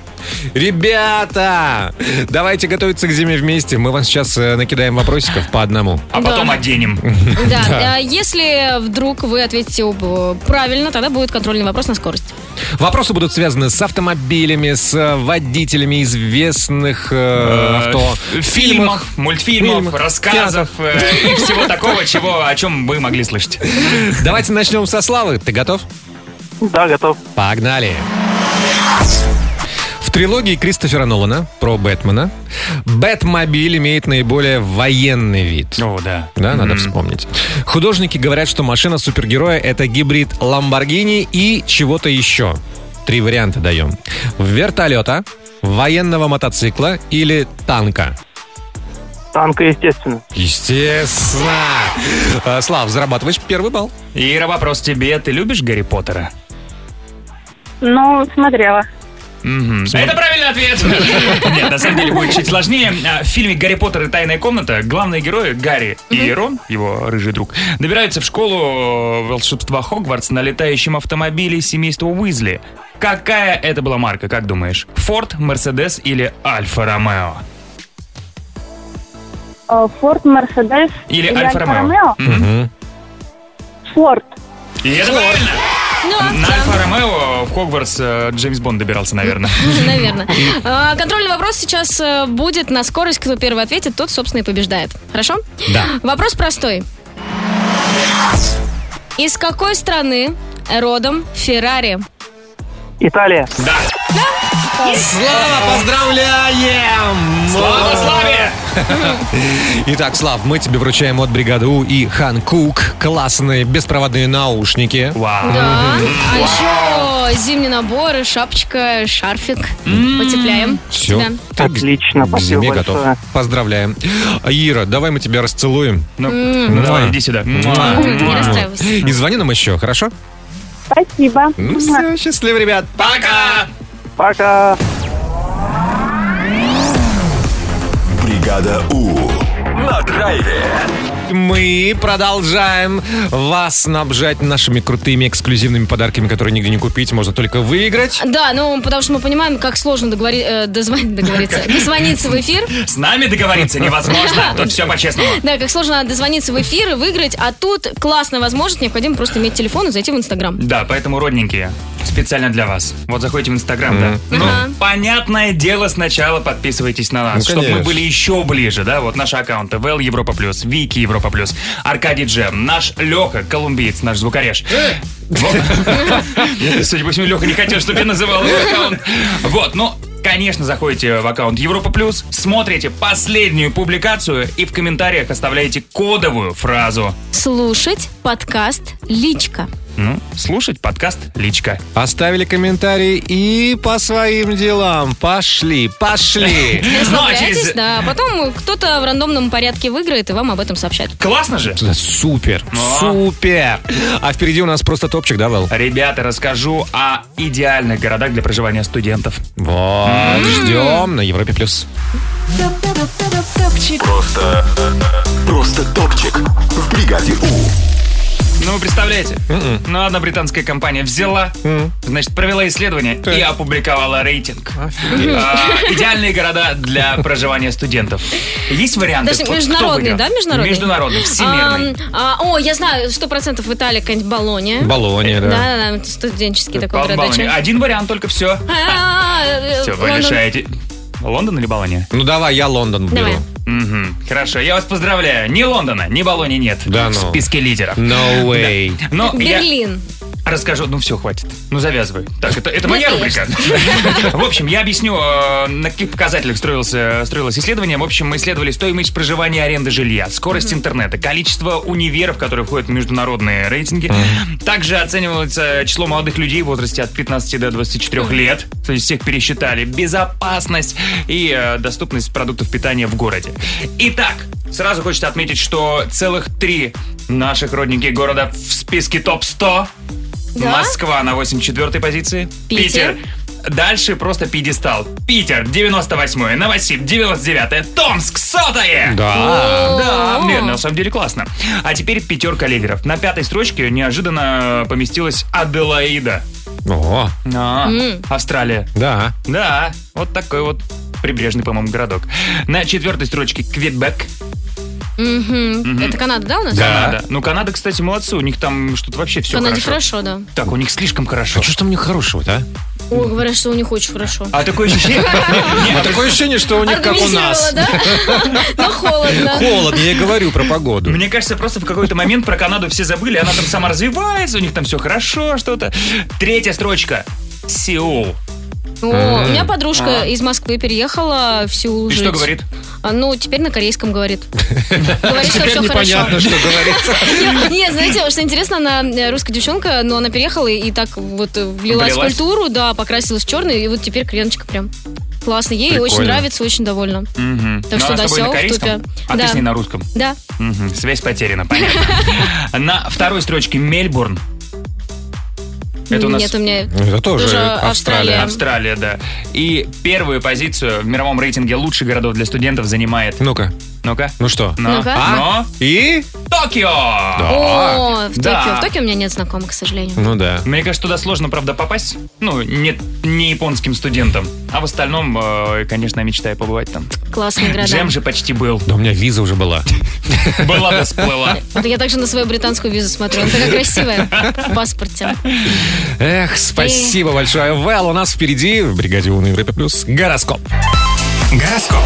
[SPEAKER 3] Ребята, давайте готовиться к зиме вместе. Мы вам сейчас э, накидаем вопросиков по одному.
[SPEAKER 4] А потом оденем.
[SPEAKER 5] Да, а если вдруг вы ответите оба правильно, тогда будет контрольный вопрос на скорость.
[SPEAKER 3] Вопросы будут связаны с автомобилями, с э, водителями известных э, авто.
[SPEAKER 4] Э, в фильмах, мультфильмов,
[SPEAKER 3] Фильмах.
[SPEAKER 4] рассказов э, и всего такого, чего, о чем вы могли слышать.
[SPEAKER 3] Давайте начнем со Славы. Ты готов?
[SPEAKER 15] Да, готов.
[SPEAKER 3] Погнали. В трилогии Кристофера Нолана про Бэтмена Бэтмобиль имеет наиболее военный вид.
[SPEAKER 4] О, да.
[SPEAKER 3] Да, надо вспомнить. Художники говорят, что машина супергероя — это гибрид Ламборгини и чего-то еще. Три варианта даем. Вертолета, военного мотоцикла или танка.
[SPEAKER 20] Танка, естественно.
[SPEAKER 3] Естественно. А, Слав, зарабатываешь первый балл.
[SPEAKER 4] Ира, вопрос тебе. Ты любишь Гарри Поттера?
[SPEAKER 21] Ну, смотрела.
[SPEAKER 4] Это правильный ответ. Нет, на самом деле будет чуть сложнее. А, В фильме «Гарри Поттер и тайная комната» главные герои Гарри и Рон, его рыжий друг, добираются в школу э, волшебства Хогвартс на летающем автомобиле семейства Уизли. Какая это была марка, как думаешь? Форд, Мерседес или Альфа Ромео?
[SPEAKER 21] Э, Форд, Мерседес
[SPEAKER 4] Или
[SPEAKER 21] или
[SPEAKER 4] Альфа Ромео?
[SPEAKER 21] Ромео? Форд.
[SPEAKER 4] И это правильно.
[SPEAKER 5] Ну,
[SPEAKER 4] На Альфа Ромео в Хогвартс э, Джеймс Бонд добирался, наверное.
[SPEAKER 5] Наверное. А, Контрольный вопрос сейчас э, будет на скорость. Кто первый ответит, тот, собственно, и побеждает. Хорошо?
[SPEAKER 3] Да.
[SPEAKER 5] Вопрос простой. Из какой страны родом Феррари?
[SPEAKER 20] Италия.
[SPEAKER 4] Да.
[SPEAKER 3] Слава, поздравляем!
[SPEAKER 4] Слава, Славе!
[SPEAKER 3] Итак, Слав, мы тебе вручаем от бригады У и Хан Кук классные беспроводные наушники.
[SPEAKER 4] Вау.
[SPEAKER 5] Да. А еще зимний набор, шапочка, шарфик. Потепляем.
[SPEAKER 3] Все.
[SPEAKER 5] Да.
[SPEAKER 3] Отлично, К зиме
[SPEAKER 20] спасибо
[SPEAKER 3] готов.
[SPEAKER 20] большое.
[SPEAKER 3] Поздравляем. А, Ира, давай мы тебя расцелуем.
[SPEAKER 4] Ну,
[SPEAKER 5] М.
[SPEAKER 4] ну давай, иди сюда.
[SPEAKER 3] Муа.
[SPEAKER 4] М.
[SPEAKER 5] Не расстраивайся.
[SPEAKER 3] И звони нам еще, хорошо?
[SPEAKER 21] Спасибо.
[SPEAKER 3] Ну все, счастливо, ребят.
[SPEAKER 4] Пока!
[SPEAKER 20] Пока.
[SPEAKER 6] Бригада У на драйве.
[SPEAKER 3] Мы продолжаем вас снабжать нашими крутыми эксклюзивными подарками, которые нигде не купить, можно только выиграть.
[SPEAKER 5] Да, ну, потому что мы понимаем, как сложно договори... э, дозвон- договориться, дозвониться в эфир.
[SPEAKER 4] С нами договориться невозможно. Тут все по-честному.
[SPEAKER 5] Да, как сложно дозвониться в эфир и выиграть, а тут классная возможность, необходимо просто иметь телефон и зайти в Инстаграм.
[SPEAKER 4] Да, поэтому, родненькие, специально для вас. Вот заходите в Инстаграм, да. Ну,
[SPEAKER 5] Ага.
[SPEAKER 4] понятное дело, сначала подписывайтесь на нас,
[SPEAKER 3] Ну,
[SPEAKER 4] чтобы мы
[SPEAKER 3] конечно.
[SPEAKER 4] были еще ближе, да. Вот наши аккаунты ВЛ Европа Плюс, Вики Европа Плюс, Аркадий Джем, наш Леха, колумбиец, наш звукореж.
[SPEAKER 3] Э!
[SPEAKER 4] Вот. Судя по всему, Леха не хотел, чтобы я называл его аккаунт. Вот, но Конечно, заходите в аккаунт Европа Плюс, смотрите последнюю публикацию и в комментариях оставляете кодовую фразу.
[SPEAKER 5] Слушать подкаст «Личка».
[SPEAKER 4] Ну, слушать подкаст «Личка».
[SPEAKER 3] Оставили комментарии и по своим делам. Пошли, пошли.
[SPEAKER 4] Ну, а
[SPEAKER 5] Расслабляйтесь, да. Потом кто-то в рандомном порядке выиграет и вам об этом сообщает.
[SPEAKER 4] Классно же?
[SPEAKER 3] Да, Супер, супер. А впереди у нас просто топчик, да, Вэл?
[SPEAKER 4] Ребята, расскажу о идеальных городах для проживания студентов.
[SPEAKER 3] Вот, ждем на Европе+. плюс.
[SPEAKER 6] Просто... Просто топчик в бригаде У.
[SPEAKER 4] Ну, вы представляете?
[SPEAKER 3] М-м.
[SPEAKER 4] Ну, одна британская компания взяла, значит, провела исследование и опубликовала рейтинг. А, Идеальные города для проживания студентов. Есть варианты?
[SPEAKER 5] Даже
[SPEAKER 4] Вот кто
[SPEAKER 5] международный,
[SPEAKER 4] выиграл?
[SPEAKER 5] да, международный?
[SPEAKER 4] Международный, всемирный.
[SPEAKER 5] А, а, о, я знаю, сто процентов в Италии какая-нибудь Болония.
[SPEAKER 3] Болония, да.
[SPEAKER 5] Да, да, студенческий такой
[SPEAKER 4] Балл-
[SPEAKER 5] городочек.
[SPEAKER 4] Баллония. Один вариант только все.
[SPEAKER 5] Э, А,
[SPEAKER 4] Все, вы решаете. Лондон или Болония?
[SPEAKER 3] Ну давай, я Лондон беру.
[SPEAKER 5] Давай.
[SPEAKER 4] Мгм. Хорошо, я вас поздравляю. Ни Лондона, ни Болонии нет
[SPEAKER 3] Да
[SPEAKER 4] в
[SPEAKER 3] ну.
[SPEAKER 4] списке лидеров.
[SPEAKER 3] No way.
[SPEAKER 4] Да. Но я-
[SPEAKER 5] Берлин.
[SPEAKER 4] Расскажу, ну все, хватит. Ну завязывай. Так, это, это моя
[SPEAKER 5] Ну,
[SPEAKER 4] рубрика. В общем, я объясню, э, на каких показателях строился, строилось исследование. В общем, мы исследовали стоимость проживания и аренды жилья, скорость интернета, количество универов, которые входят в международные рейтинги. Также оценивается число молодых людей в возрасте от 15 до 24 лет. То есть всех пересчитали. Безопасность и э, доступность продуктов питания в городе. Итак, сразу хочется отметить, что целых три наших родники города в списке топ-100.
[SPEAKER 5] Да?
[SPEAKER 4] Москва на 84-й позиции.
[SPEAKER 5] Питер.
[SPEAKER 4] Дальше просто пьедестал. Питер 98-й, Новосиб 99-е, Томск 100-е.
[SPEAKER 3] Да.
[SPEAKER 4] Да, нет, на самом деле классно. А теперь пятерка лидеров. На пятой строчке неожиданно поместилась Аделаида.
[SPEAKER 3] О,
[SPEAKER 4] А,
[SPEAKER 5] М.
[SPEAKER 4] Австралия.
[SPEAKER 3] да. А
[SPEAKER 4] Да, вот такой вот прибрежный, по-моему, городок. На четвертой строчке Квебек.
[SPEAKER 5] Мгм. Это Канада, да, у нас?
[SPEAKER 4] Канада. Ну, Канада, кстати, молодцы. У них там что-то вообще
[SPEAKER 5] В
[SPEAKER 4] все
[SPEAKER 5] Канаде
[SPEAKER 4] хорошо.
[SPEAKER 5] хорошо, да.
[SPEAKER 4] Так, у них слишком хорошо.
[SPEAKER 3] Что ж там у них хорошего-то, а?
[SPEAKER 5] О, говорят, что у них очень хорошо.
[SPEAKER 4] А такое ощущение...
[SPEAKER 3] А такое ощущение, что у них как у нас.
[SPEAKER 5] Организировала, да? Но холодно.
[SPEAKER 3] Холодно, я и говорю про погоду.
[SPEAKER 4] Мне кажется, просто в какой-то момент про Канаду все забыли, она там сама развивается, у них там все хорошо, что-то. Третья строчка. Сеул.
[SPEAKER 5] О,
[SPEAKER 3] М.
[SPEAKER 5] у меня подружка
[SPEAKER 3] А.
[SPEAKER 5] из Москвы переехала в Сеул
[SPEAKER 3] И что
[SPEAKER 5] жить.
[SPEAKER 3] говорит?
[SPEAKER 5] А, Ну, теперь на корейском говорит. Говорит, что
[SPEAKER 3] Теперь
[SPEAKER 5] все хорошо.
[SPEAKER 3] непонятно, что говорится.
[SPEAKER 5] Нет, знаете, что интересно, она э, русская девчонка, но она переехала и так вот э, влилась в
[SPEAKER 3] Влилась?
[SPEAKER 5] культуру, да, покрасилась в черный, и вот теперь креночка прям классно. Ей очень
[SPEAKER 4] Прикольно.
[SPEAKER 5] нравится, очень довольна.
[SPEAKER 4] Мгм.
[SPEAKER 5] Так что
[SPEAKER 4] Ну, а
[SPEAKER 5] да,
[SPEAKER 4] с тобой
[SPEAKER 5] сел
[SPEAKER 4] на
[SPEAKER 5] в
[SPEAKER 4] корейском,
[SPEAKER 5] тупе.
[SPEAKER 4] а ты
[SPEAKER 5] Да.
[SPEAKER 4] с ней на русском.
[SPEAKER 5] Да.
[SPEAKER 4] Мгм, Связь потеряна, понятно. На второй строчке Мельбурн. Это у нас...
[SPEAKER 5] Нет, у меня
[SPEAKER 3] Это тоже тоже Австралия. Австралия.
[SPEAKER 4] Австралия, да. И первую позицию в мировом рейтинге лучших городов для студентов занимает...
[SPEAKER 3] Ну-ка.
[SPEAKER 4] Ну-ка.
[SPEAKER 3] Ну что?
[SPEAKER 4] Но.
[SPEAKER 5] Ну-ка.
[SPEAKER 4] Но.
[SPEAKER 3] И?
[SPEAKER 4] Токио!
[SPEAKER 5] О, в Токио.
[SPEAKER 4] А, Да.
[SPEAKER 5] В Токио у меня нет знакомых, к сожалению.
[SPEAKER 3] Ну да.
[SPEAKER 4] Мне кажется, туда сложно, правда, попасть. Ну, не, не японским студентам. А в остальном, э, конечно, я мечтаю побывать там.
[SPEAKER 5] Классные города.
[SPEAKER 4] Джем же почти был.
[SPEAKER 3] Да у меня виза уже была.
[SPEAKER 4] Была да сплыла.
[SPEAKER 5] Вот я также на свою британскую визу смотрю. Она такая красивая в паспорте.
[SPEAKER 3] Эх, спасибо большое, Вэл. У нас впереди в бригаде У на Европе Плюс гороскоп. Гороскоп.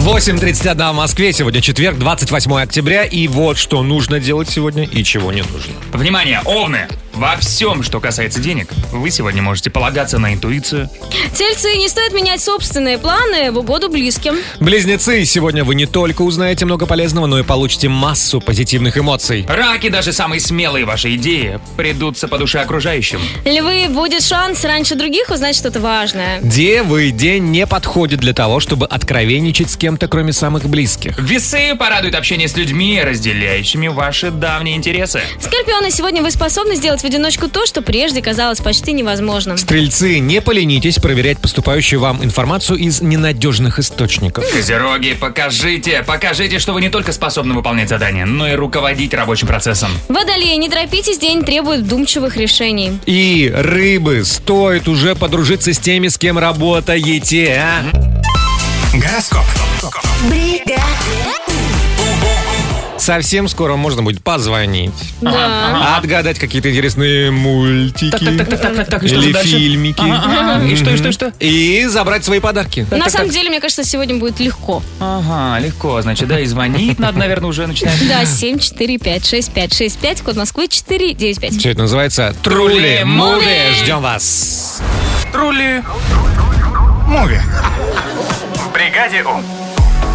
[SPEAKER 3] 8.31 в Москве. Сегодня четверг, 28 октября. И вот что нужно делать сегодня и чего не нужно.
[SPEAKER 4] Внимание, овны! Во всем, что касается денег, вы сегодня можете полагаться на интуицию.
[SPEAKER 5] Тельцы, не стоит менять собственные планы в угоду близким.
[SPEAKER 3] Близнецы, сегодня вы не только узнаете много полезного, но и получите массу позитивных эмоций.
[SPEAKER 4] Раки, даже самые смелые ваши идеи, придутся по душе окружающим.
[SPEAKER 5] Львы, будет шанс раньше других узнать что-то важное.
[SPEAKER 3] Девы, день не подходит для того, чтобы откровенничать с кем-то, кроме самых близких.
[SPEAKER 4] Весы порадуют общение с людьми, разделяющими ваши давние интересы.
[SPEAKER 5] Скорпионы, сегодня вы способны сделать в одиночку то, что прежде казалось почти невозможным.
[SPEAKER 3] Стрельцы, не поленитесь проверять поступающую вам информацию из ненадежных источников.
[SPEAKER 4] Козероги, покажите, покажите, что вы не только способны выполнять задания, но и руководить рабочим процессом.
[SPEAKER 5] Водолеи, не торопитесь, день требует вдумчивых решений.
[SPEAKER 3] И рыбы, стоит уже подружиться с теми, с кем работаете, а? Гороскоп. Совсем скоро можно будет позвонить.
[SPEAKER 5] Да.
[SPEAKER 3] Отгадать какие-то интересные мультики.
[SPEAKER 4] так, и что же
[SPEAKER 3] Или
[SPEAKER 4] дальше?
[SPEAKER 3] фильмики.
[SPEAKER 4] Ага, ага. И что, и что, и что?
[SPEAKER 3] И забрать свои подарки.
[SPEAKER 5] На самом деле, мне кажется, сегодня будет легко.
[SPEAKER 4] Ага, легко, значит, да, и звонить надо, наверное, уже начинать.
[SPEAKER 5] Да, 7, 4, 5, 6, 5, 6, 5, код Москвы 4, 9, 5.
[SPEAKER 3] Все это называется Трули Муви. Ждем вас.
[SPEAKER 4] Трули.
[SPEAKER 8] Муви. В бригаде У.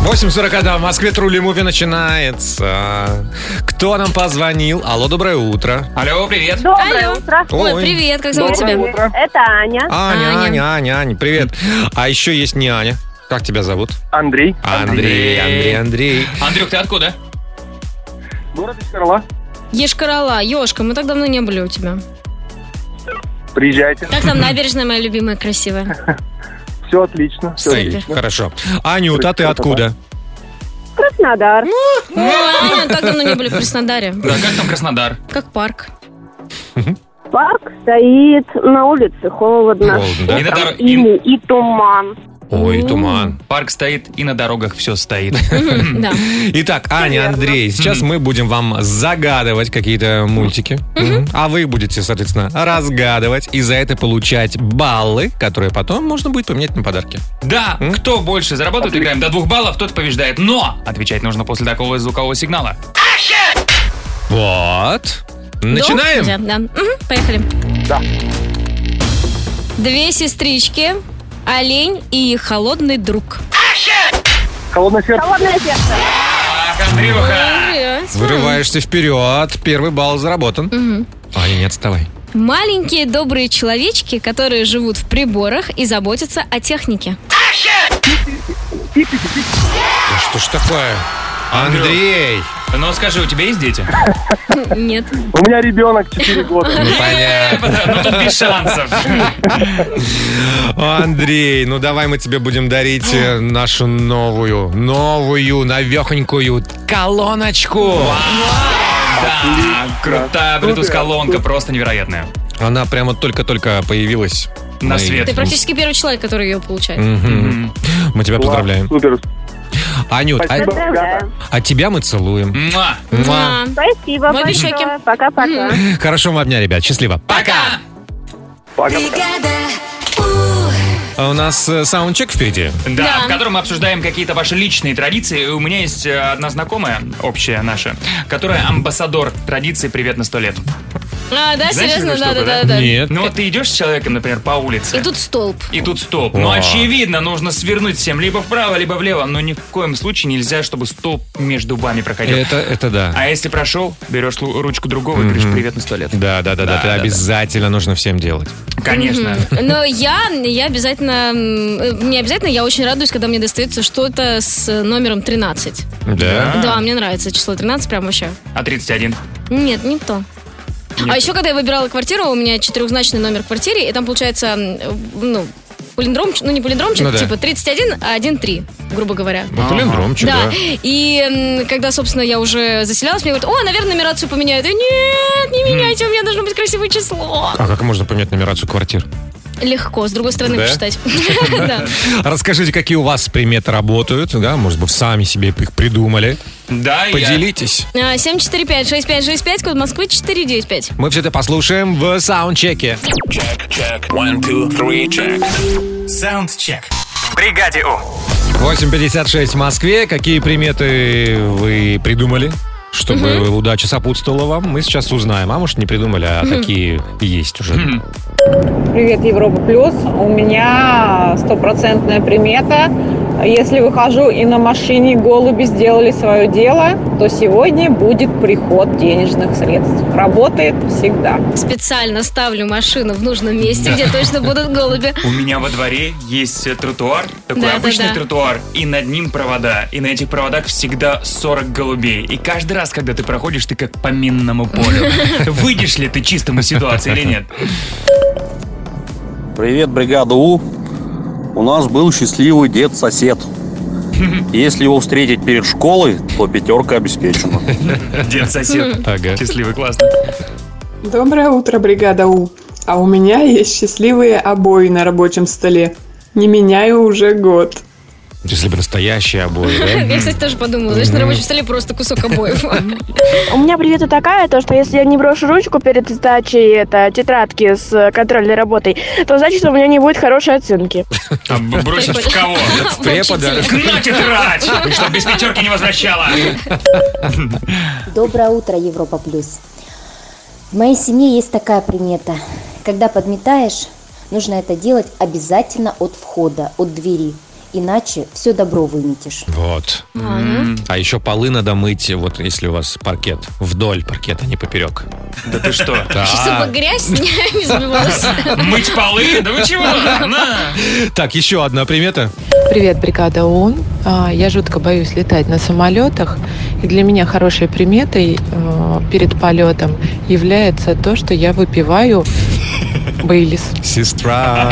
[SPEAKER 3] 8.42 в Москве Трули Муви начинается. Кто нам позвонил? Алло, доброе утро.
[SPEAKER 4] Алло, привет.
[SPEAKER 21] Доброе утро.
[SPEAKER 3] Ой, Ой. привет,
[SPEAKER 5] как зовут
[SPEAKER 21] Доброе
[SPEAKER 5] тебя?
[SPEAKER 21] утро. Это Аня.
[SPEAKER 3] Аня, Аня, Аня, Аня, привет. А еще есть не Аня. Как тебя зовут?
[SPEAKER 22] Андрей.
[SPEAKER 3] Андрей, Андрей, Андрей.
[SPEAKER 4] Андрюх, ты откуда?
[SPEAKER 22] Город Искарла.
[SPEAKER 5] Ешкарала, Ёшка, мы так давно не были у тебя.
[SPEAKER 22] Приезжайте.
[SPEAKER 5] Как там набережная моя любимая, красивая?
[SPEAKER 22] Все отлично. Все
[SPEAKER 3] Эй, Хорошо. Анюта, ты откуда?
[SPEAKER 21] Краснодар.
[SPEAKER 5] Ну, Аня, так давно не были в Краснодаре.
[SPEAKER 4] Да, как там Краснодар?
[SPEAKER 5] Как парк.
[SPEAKER 21] Парк стоит на улице, холодно.
[SPEAKER 4] Холодно, да?
[SPEAKER 21] И
[SPEAKER 4] И на
[SPEAKER 21] там
[SPEAKER 4] дор-
[SPEAKER 21] ини, и туман.
[SPEAKER 3] Ой, туман.
[SPEAKER 4] Парк стоит, и на дорогах все стоит.
[SPEAKER 5] Да.
[SPEAKER 3] Итак, Аня, Андрей, сейчас мы будем вам загадывать какие-то мультики, Мгм. а вы будете, соответственно, разгадывать и за это получать баллы, которые потом можно будет поменять на подарки.
[SPEAKER 4] Да, кто больше заработает, играем до двух баллов, тот побеждает. Но отвечать нужно после такого звукового сигнала.
[SPEAKER 3] Вот. Начинаем?
[SPEAKER 5] Долго нельзя, Да. Мгм, Поехали.
[SPEAKER 22] Да.
[SPEAKER 5] Две сестрички, олень и их холодный друг.
[SPEAKER 22] Холодное сердце.
[SPEAKER 21] Холодное сердце.
[SPEAKER 5] Привет.
[SPEAKER 3] Вырываешься вперед, первый балл заработан.
[SPEAKER 5] Мгм.
[SPEAKER 3] Аня, не отставай.
[SPEAKER 5] Маленькие добрые человечки, которые живут в приборах и заботятся о технике.
[SPEAKER 3] Да что ж такое? Андрей!
[SPEAKER 4] Ну скажи, у тебя есть дети?
[SPEAKER 5] Нет.
[SPEAKER 22] У меня ребенок 4 года.
[SPEAKER 4] Ну тут без шансов.
[SPEAKER 3] Андрей, ну давай мы тебе будем дарить э, нашу новую, новую, навехонькую колоночку.
[SPEAKER 4] Да, крутая Bluetooth колонка, просто невероятная.
[SPEAKER 3] Она прямо только-только появилась.
[SPEAKER 4] На
[SPEAKER 3] Мы-
[SPEAKER 4] свет.
[SPEAKER 5] Ты практически первый человек, который ее получает.
[SPEAKER 3] Мгм. Мы тебя поздравляем.
[SPEAKER 22] Супер.
[SPEAKER 3] Анют, а,
[SPEAKER 21] Поздравляю.
[SPEAKER 3] а тебя мы целуем. Муа.
[SPEAKER 21] Спасибо
[SPEAKER 5] Обе
[SPEAKER 21] большое.
[SPEAKER 5] щеки.
[SPEAKER 21] Пока-пока.
[SPEAKER 3] Хорошо вам дня, ребят. Счастливо.
[SPEAKER 4] Пока.
[SPEAKER 3] А у нас э, саундчек впереди.
[SPEAKER 4] Да, в котором мы обсуждаем какие-то ваши личные традиции. И У меня есть э, одна знакомая, общая наша, которая амбассадор традиции «Привет на сто лет».
[SPEAKER 5] А, да,
[SPEAKER 4] Знаешь,
[SPEAKER 5] серьезно,
[SPEAKER 4] такую
[SPEAKER 5] да, да,
[SPEAKER 4] штуку,
[SPEAKER 5] да, да.
[SPEAKER 4] Нет. Ну вот ты идешь с человеком, например, по улице.
[SPEAKER 5] И тут столб.
[SPEAKER 4] И тут стоп. Ну,
[SPEAKER 3] А.
[SPEAKER 4] очевидно, нужно свернуть всем либо вправо, либо влево, но ни в коем случае нельзя, чтобы столб между вами проходил.
[SPEAKER 3] Это, это да.
[SPEAKER 4] А если прошел, берешь лу- ручку другого и говоришь
[SPEAKER 3] Мгм.
[SPEAKER 4] «Привет на сто лет».
[SPEAKER 3] Да, да, да, да,
[SPEAKER 4] Да,
[SPEAKER 3] это
[SPEAKER 4] да, да.
[SPEAKER 3] обязательно нужно всем делать.
[SPEAKER 4] Конечно.
[SPEAKER 5] Но я, я обязательно, м, э, не обязательно, я очень радуюсь, когда мне достается что-то с номером 13.
[SPEAKER 4] Да.
[SPEAKER 5] Да, мне нравится число 13 прям вообще.
[SPEAKER 4] А 31?
[SPEAKER 5] Нет, не то.
[SPEAKER 4] Нет.
[SPEAKER 5] А еще, когда я выбирала квартиру, у меня четырехзначный номер квартиры, и там получается, м, ну, полиндром, ну не полиндромчик,
[SPEAKER 3] Ну да.
[SPEAKER 5] типа 31, а 1,3, грубо говоря.
[SPEAKER 3] Ну, полиндромчик, да.
[SPEAKER 5] И м, когда, собственно, я уже заселялась, мне говорят, о, наверное, нумерацию поменяют. Я, нет, не меняйте, у меня должно быть красивое число.
[SPEAKER 3] А как можно поменять нумерацию квартир?
[SPEAKER 5] Легко, с другой стороны,
[SPEAKER 3] Да?
[SPEAKER 5] посчитать. Да.
[SPEAKER 3] Расскажите, какие у вас приметы работают, да, может быть, сами себе их придумали.
[SPEAKER 4] Да,
[SPEAKER 3] Поделитесь.
[SPEAKER 5] А, 745-6565, код Москвы 495.
[SPEAKER 3] Мы все это послушаем в саундчеке.
[SPEAKER 8] Саундчек. В бригаде У.
[SPEAKER 3] 8.56 в Москве. Какие приметы вы придумали? Чтобы удача сопутствовала вам, мы сейчас узнаем. А может, не придумали, а
[SPEAKER 16] Мгм.
[SPEAKER 3] такие есть уже.
[SPEAKER 16] Привет, Европа Плюс. У меня стопроцентная примета. Если выхожу и на машине голуби сделали свое дело, то сегодня будет приход денежных средств. Работает всегда.
[SPEAKER 5] Специально ставлю машину в нужном месте,
[SPEAKER 4] Да.
[SPEAKER 5] где точно будут голуби.
[SPEAKER 4] У меня во дворе есть э, тротуар, такой
[SPEAKER 5] Да, да,
[SPEAKER 4] обычный
[SPEAKER 5] да.
[SPEAKER 4] тротуар, и над ним провода. И на этих проводах всегда 40 голубей. И каждый раз, когда ты проходишь, ты как по минному полю. Выйдешь ли ты чистым из ситуации или нет?
[SPEAKER 23] Привет, бригада У. У нас был счастливый дед-сосед. Если его встретить перед школой, то пятерка обеспечена.
[SPEAKER 4] Дед-сосед.
[SPEAKER 3] Ага.
[SPEAKER 4] Счастливый, классно.
[SPEAKER 24] Доброе утро, бригада У. А у меня есть счастливые обои на рабочем столе. Не меняю уже год.
[SPEAKER 3] Если бы настоящие обои,
[SPEAKER 5] Я,
[SPEAKER 3] да?
[SPEAKER 5] кстати, тоже подумала, значит, на
[SPEAKER 3] Мгм.
[SPEAKER 5] рабочем столе просто кусок обоев.
[SPEAKER 25] У меня привета такая, то что если я не брошу ручку перед сдачей это, тетрадки с э, контрольной работой, то значит у меня не будет хорошей оценки.
[SPEAKER 4] А б- бросить в кого?
[SPEAKER 3] В препода.
[SPEAKER 4] На тетрадь! И чтоб без пятерки не возвращала.
[SPEAKER 26] Доброе утро, Европа Плюс. В моей семье есть такая примета. Когда подметаешь, нужно это делать обязательно от входа, от двери. Иначе все добро выметишь.
[SPEAKER 3] Вот. А еще полы надо мыть, вот если у вас паркет, вдоль паркета, а не поперек.
[SPEAKER 4] Да ты что? А.
[SPEAKER 5] Чтобы грязь не не забивалась.
[SPEAKER 4] Мыть полы? Да вы чего? На!
[SPEAKER 3] Так, еще одна примета.
[SPEAKER 27] Привет, бригада ООН. А, Я жутко боюсь летать на самолетах. И для меня хорошей приметой э, перед полетом является то, что я выпиваю Бейлис.
[SPEAKER 3] Сестра.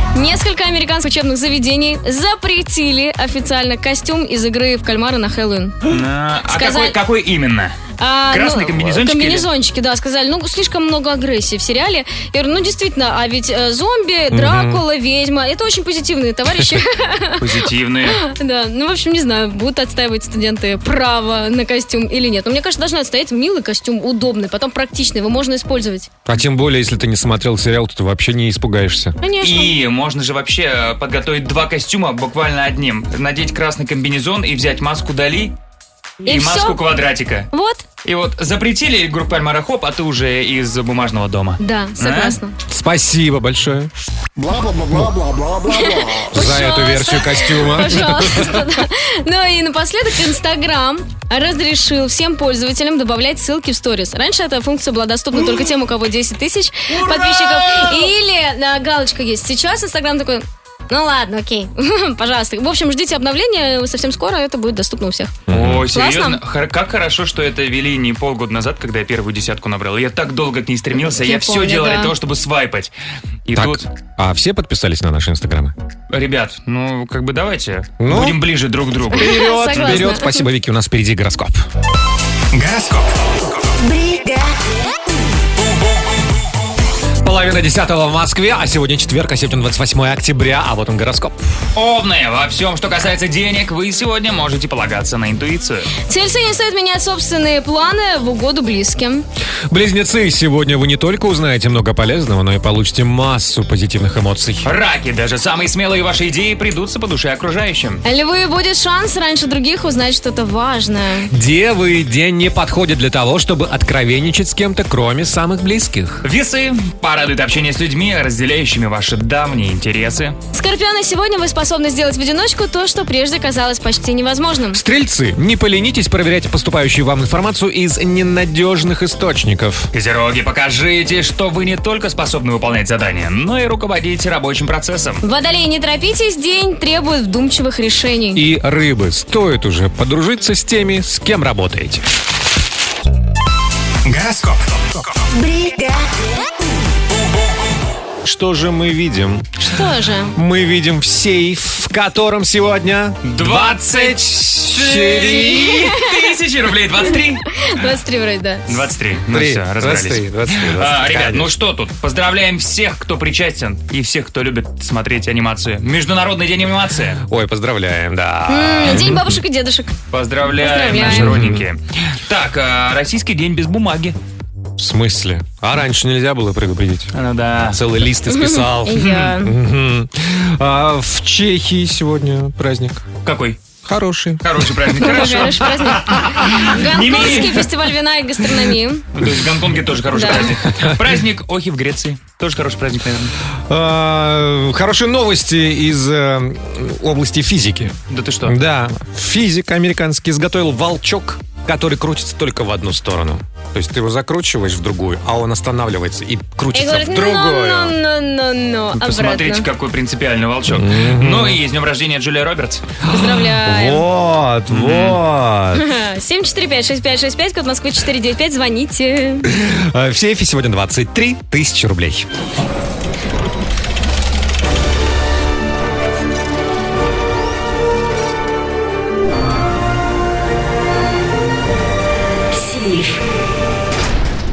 [SPEAKER 5] Несколько американских учебных заведений запретили официально костюм из игры в кальмара на Хэллоуин.
[SPEAKER 4] На. А
[SPEAKER 5] Сказать-
[SPEAKER 4] какой- какой именно?
[SPEAKER 5] А,
[SPEAKER 4] Красные
[SPEAKER 5] ну,
[SPEAKER 4] комбинезончики или-
[SPEAKER 5] Комбинезончики, да, сказали, ну, слишком много агрессии в сериале. Я говорю, ну, действительно, а ведь э, зомби,
[SPEAKER 4] Мгм.
[SPEAKER 5] Дракула, ведьма, это очень позитивные товарищи.
[SPEAKER 4] Позитивные.
[SPEAKER 5] Да, ну, в общем, не знаю, будут отстаивать студенты право на костюм или нет. Но мне кажется, должны отстоять милый костюм, удобный, потом практичный, его можно использовать.
[SPEAKER 3] А тем более, если ты не смотрел сериал, то ты вообще не испугаешься.
[SPEAKER 5] Конечно.
[SPEAKER 4] И можно же вообще э, подготовить два костюма буквально одним. Надеть красный комбинезон и взять маску Дали и,
[SPEAKER 5] И всё?
[SPEAKER 4] маску квадратика.
[SPEAKER 5] Вот,
[SPEAKER 4] И вот запретили игру Пальмара Хоп, а ты уже из бумажного дома.
[SPEAKER 5] да, согласна.
[SPEAKER 3] Спасибо большое
[SPEAKER 6] Бла-бла-бла-бла-бла-бла.
[SPEAKER 3] за эту версию костюма.
[SPEAKER 5] Пожалуйста, да. Ну и напоследок Инстаграм разрешил всем пользователям добавлять ссылки в сторис. Раньше эта функция была доступна только тем, у кого 10 тысяч подписчиков. Или а, галочка есть. Сейчас Инстаграм такой... Ну ладно, окей. Пожалуйста. В общем, ждите обновления. Совсем скоро это будет доступно у всех.
[SPEAKER 4] О,
[SPEAKER 5] Классно?
[SPEAKER 4] серьезно? Хор- как хорошо, что это вели не полгода назад, когда я первую десятку набрал. Я так долго к ней стремился, я,
[SPEAKER 5] Я
[SPEAKER 4] все
[SPEAKER 5] помню,
[SPEAKER 4] делал для
[SPEAKER 5] да.
[SPEAKER 4] того, чтобы свайпать. И тут,
[SPEAKER 3] А все подписались на наши инстаграмы?
[SPEAKER 4] ребят, ну как бы давайте
[SPEAKER 3] Ну?
[SPEAKER 4] будем ближе друг к другу.
[SPEAKER 3] Вперед,
[SPEAKER 4] Согласна.
[SPEAKER 3] вперед. Спасибо, Вики. У нас впереди гороскоп. Гороскоп.
[SPEAKER 1] Бригада.
[SPEAKER 3] Половина десятого в Москве, а сегодня четверг, а сегодня 28 октября, а вот он гороскоп.
[SPEAKER 4] Овны, во всем, что касается денег, вы сегодня можете полагаться на интуицию.
[SPEAKER 5] Тельцы не стоит менять собственные планы в угоду близким.
[SPEAKER 3] Близнецы, сегодня вы не только узнаете много полезного, но и получите массу позитивных эмоций.
[SPEAKER 4] Раки, даже самые смелые ваши идеи придутся по душе окружающим.
[SPEAKER 5] Львы будет шанс раньше других узнать что-то важное.
[SPEAKER 3] Девы, день не подходит для того, чтобы откровенничать с кем-то, кроме самых близких.
[SPEAKER 4] Весы, порадует общение с людьми, разделяющими ваши давние интересы.
[SPEAKER 5] Скорпионы, сегодня вы способны сделать в одиночку то, что прежде казалось почти невозможным.
[SPEAKER 3] Стрельцы, не поленитесь проверять поступающую вам информацию из ненадежных источников.
[SPEAKER 4] Козероги, покажите, что вы не только способны выполнять задания, но и руководить рабочим процессом.
[SPEAKER 5] Водолеи, не торопитесь, день требует вдумчивых решений.
[SPEAKER 3] И рыбы, стоит уже подружиться с теми, с кем работаете.
[SPEAKER 8] Гороскоп.
[SPEAKER 3] Что же мы видим?
[SPEAKER 5] Что же?
[SPEAKER 3] Мы видим сейф, в котором сегодня
[SPEAKER 4] 23 тысячи рублей, 23.
[SPEAKER 5] 23 вроде, да.
[SPEAKER 4] 23. Ну
[SPEAKER 3] Три,
[SPEAKER 4] все, разобрались.
[SPEAKER 3] 23, 23,
[SPEAKER 4] А,
[SPEAKER 3] 23,
[SPEAKER 4] ребят, ну
[SPEAKER 3] конечно.
[SPEAKER 4] что тут? Поздравляем всех, кто причастен и всех, кто любит смотреть анимацию. Международный день анимации.
[SPEAKER 3] Ой, поздравляем,
[SPEAKER 4] А.
[SPEAKER 3] да.
[SPEAKER 5] М, День бабушек и дедушек.
[SPEAKER 4] Поздравляем,
[SPEAKER 5] Поздравляем.
[SPEAKER 4] наши родненькие. Так, а, российский день без бумаги.
[SPEAKER 3] В смысле? А раньше нельзя было предупредить?
[SPEAKER 4] Ну да.
[SPEAKER 3] Целый лист исписал.
[SPEAKER 5] Я.
[SPEAKER 3] Мгм. А В Чехии сегодня праздник.
[SPEAKER 4] Какой?
[SPEAKER 3] Хороший.
[SPEAKER 4] Хороший праздник. Хорошо.
[SPEAKER 5] Хороший праздник. Гонконгский фестиваль вина и гастрономии.
[SPEAKER 4] Ну, То есть в Гонконге тоже хороший
[SPEAKER 5] Да.
[SPEAKER 4] праздник. Праздник Охи в Греции. Тоже хороший праздник, наверное.
[SPEAKER 3] А, Хорошие новости из э, области физики.
[SPEAKER 4] Да ты что?
[SPEAKER 3] Да. Физик американский изготовил волчок, который крутится только в одну сторону. То есть ты его закручиваешь в другую, а он останавливается и
[SPEAKER 5] И
[SPEAKER 3] крутится
[SPEAKER 5] говорит,
[SPEAKER 3] в другую.
[SPEAKER 5] ну-ну-ну-ну,
[SPEAKER 4] Посмотрите,
[SPEAKER 5] обратно.
[SPEAKER 4] какой принципиальный волчок. Ну и с днем рождения Джулия Робертс.
[SPEAKER 5] Поздравляем.
[SPEAKER 3] Вот, вот.
[SPEAKER 5] 745-6565, код Москвы 495, звоните.
[SPEAKER 3] А, В сейфе сегодня 23 тысячи рублей.
[SPEAKER 7] Сейф.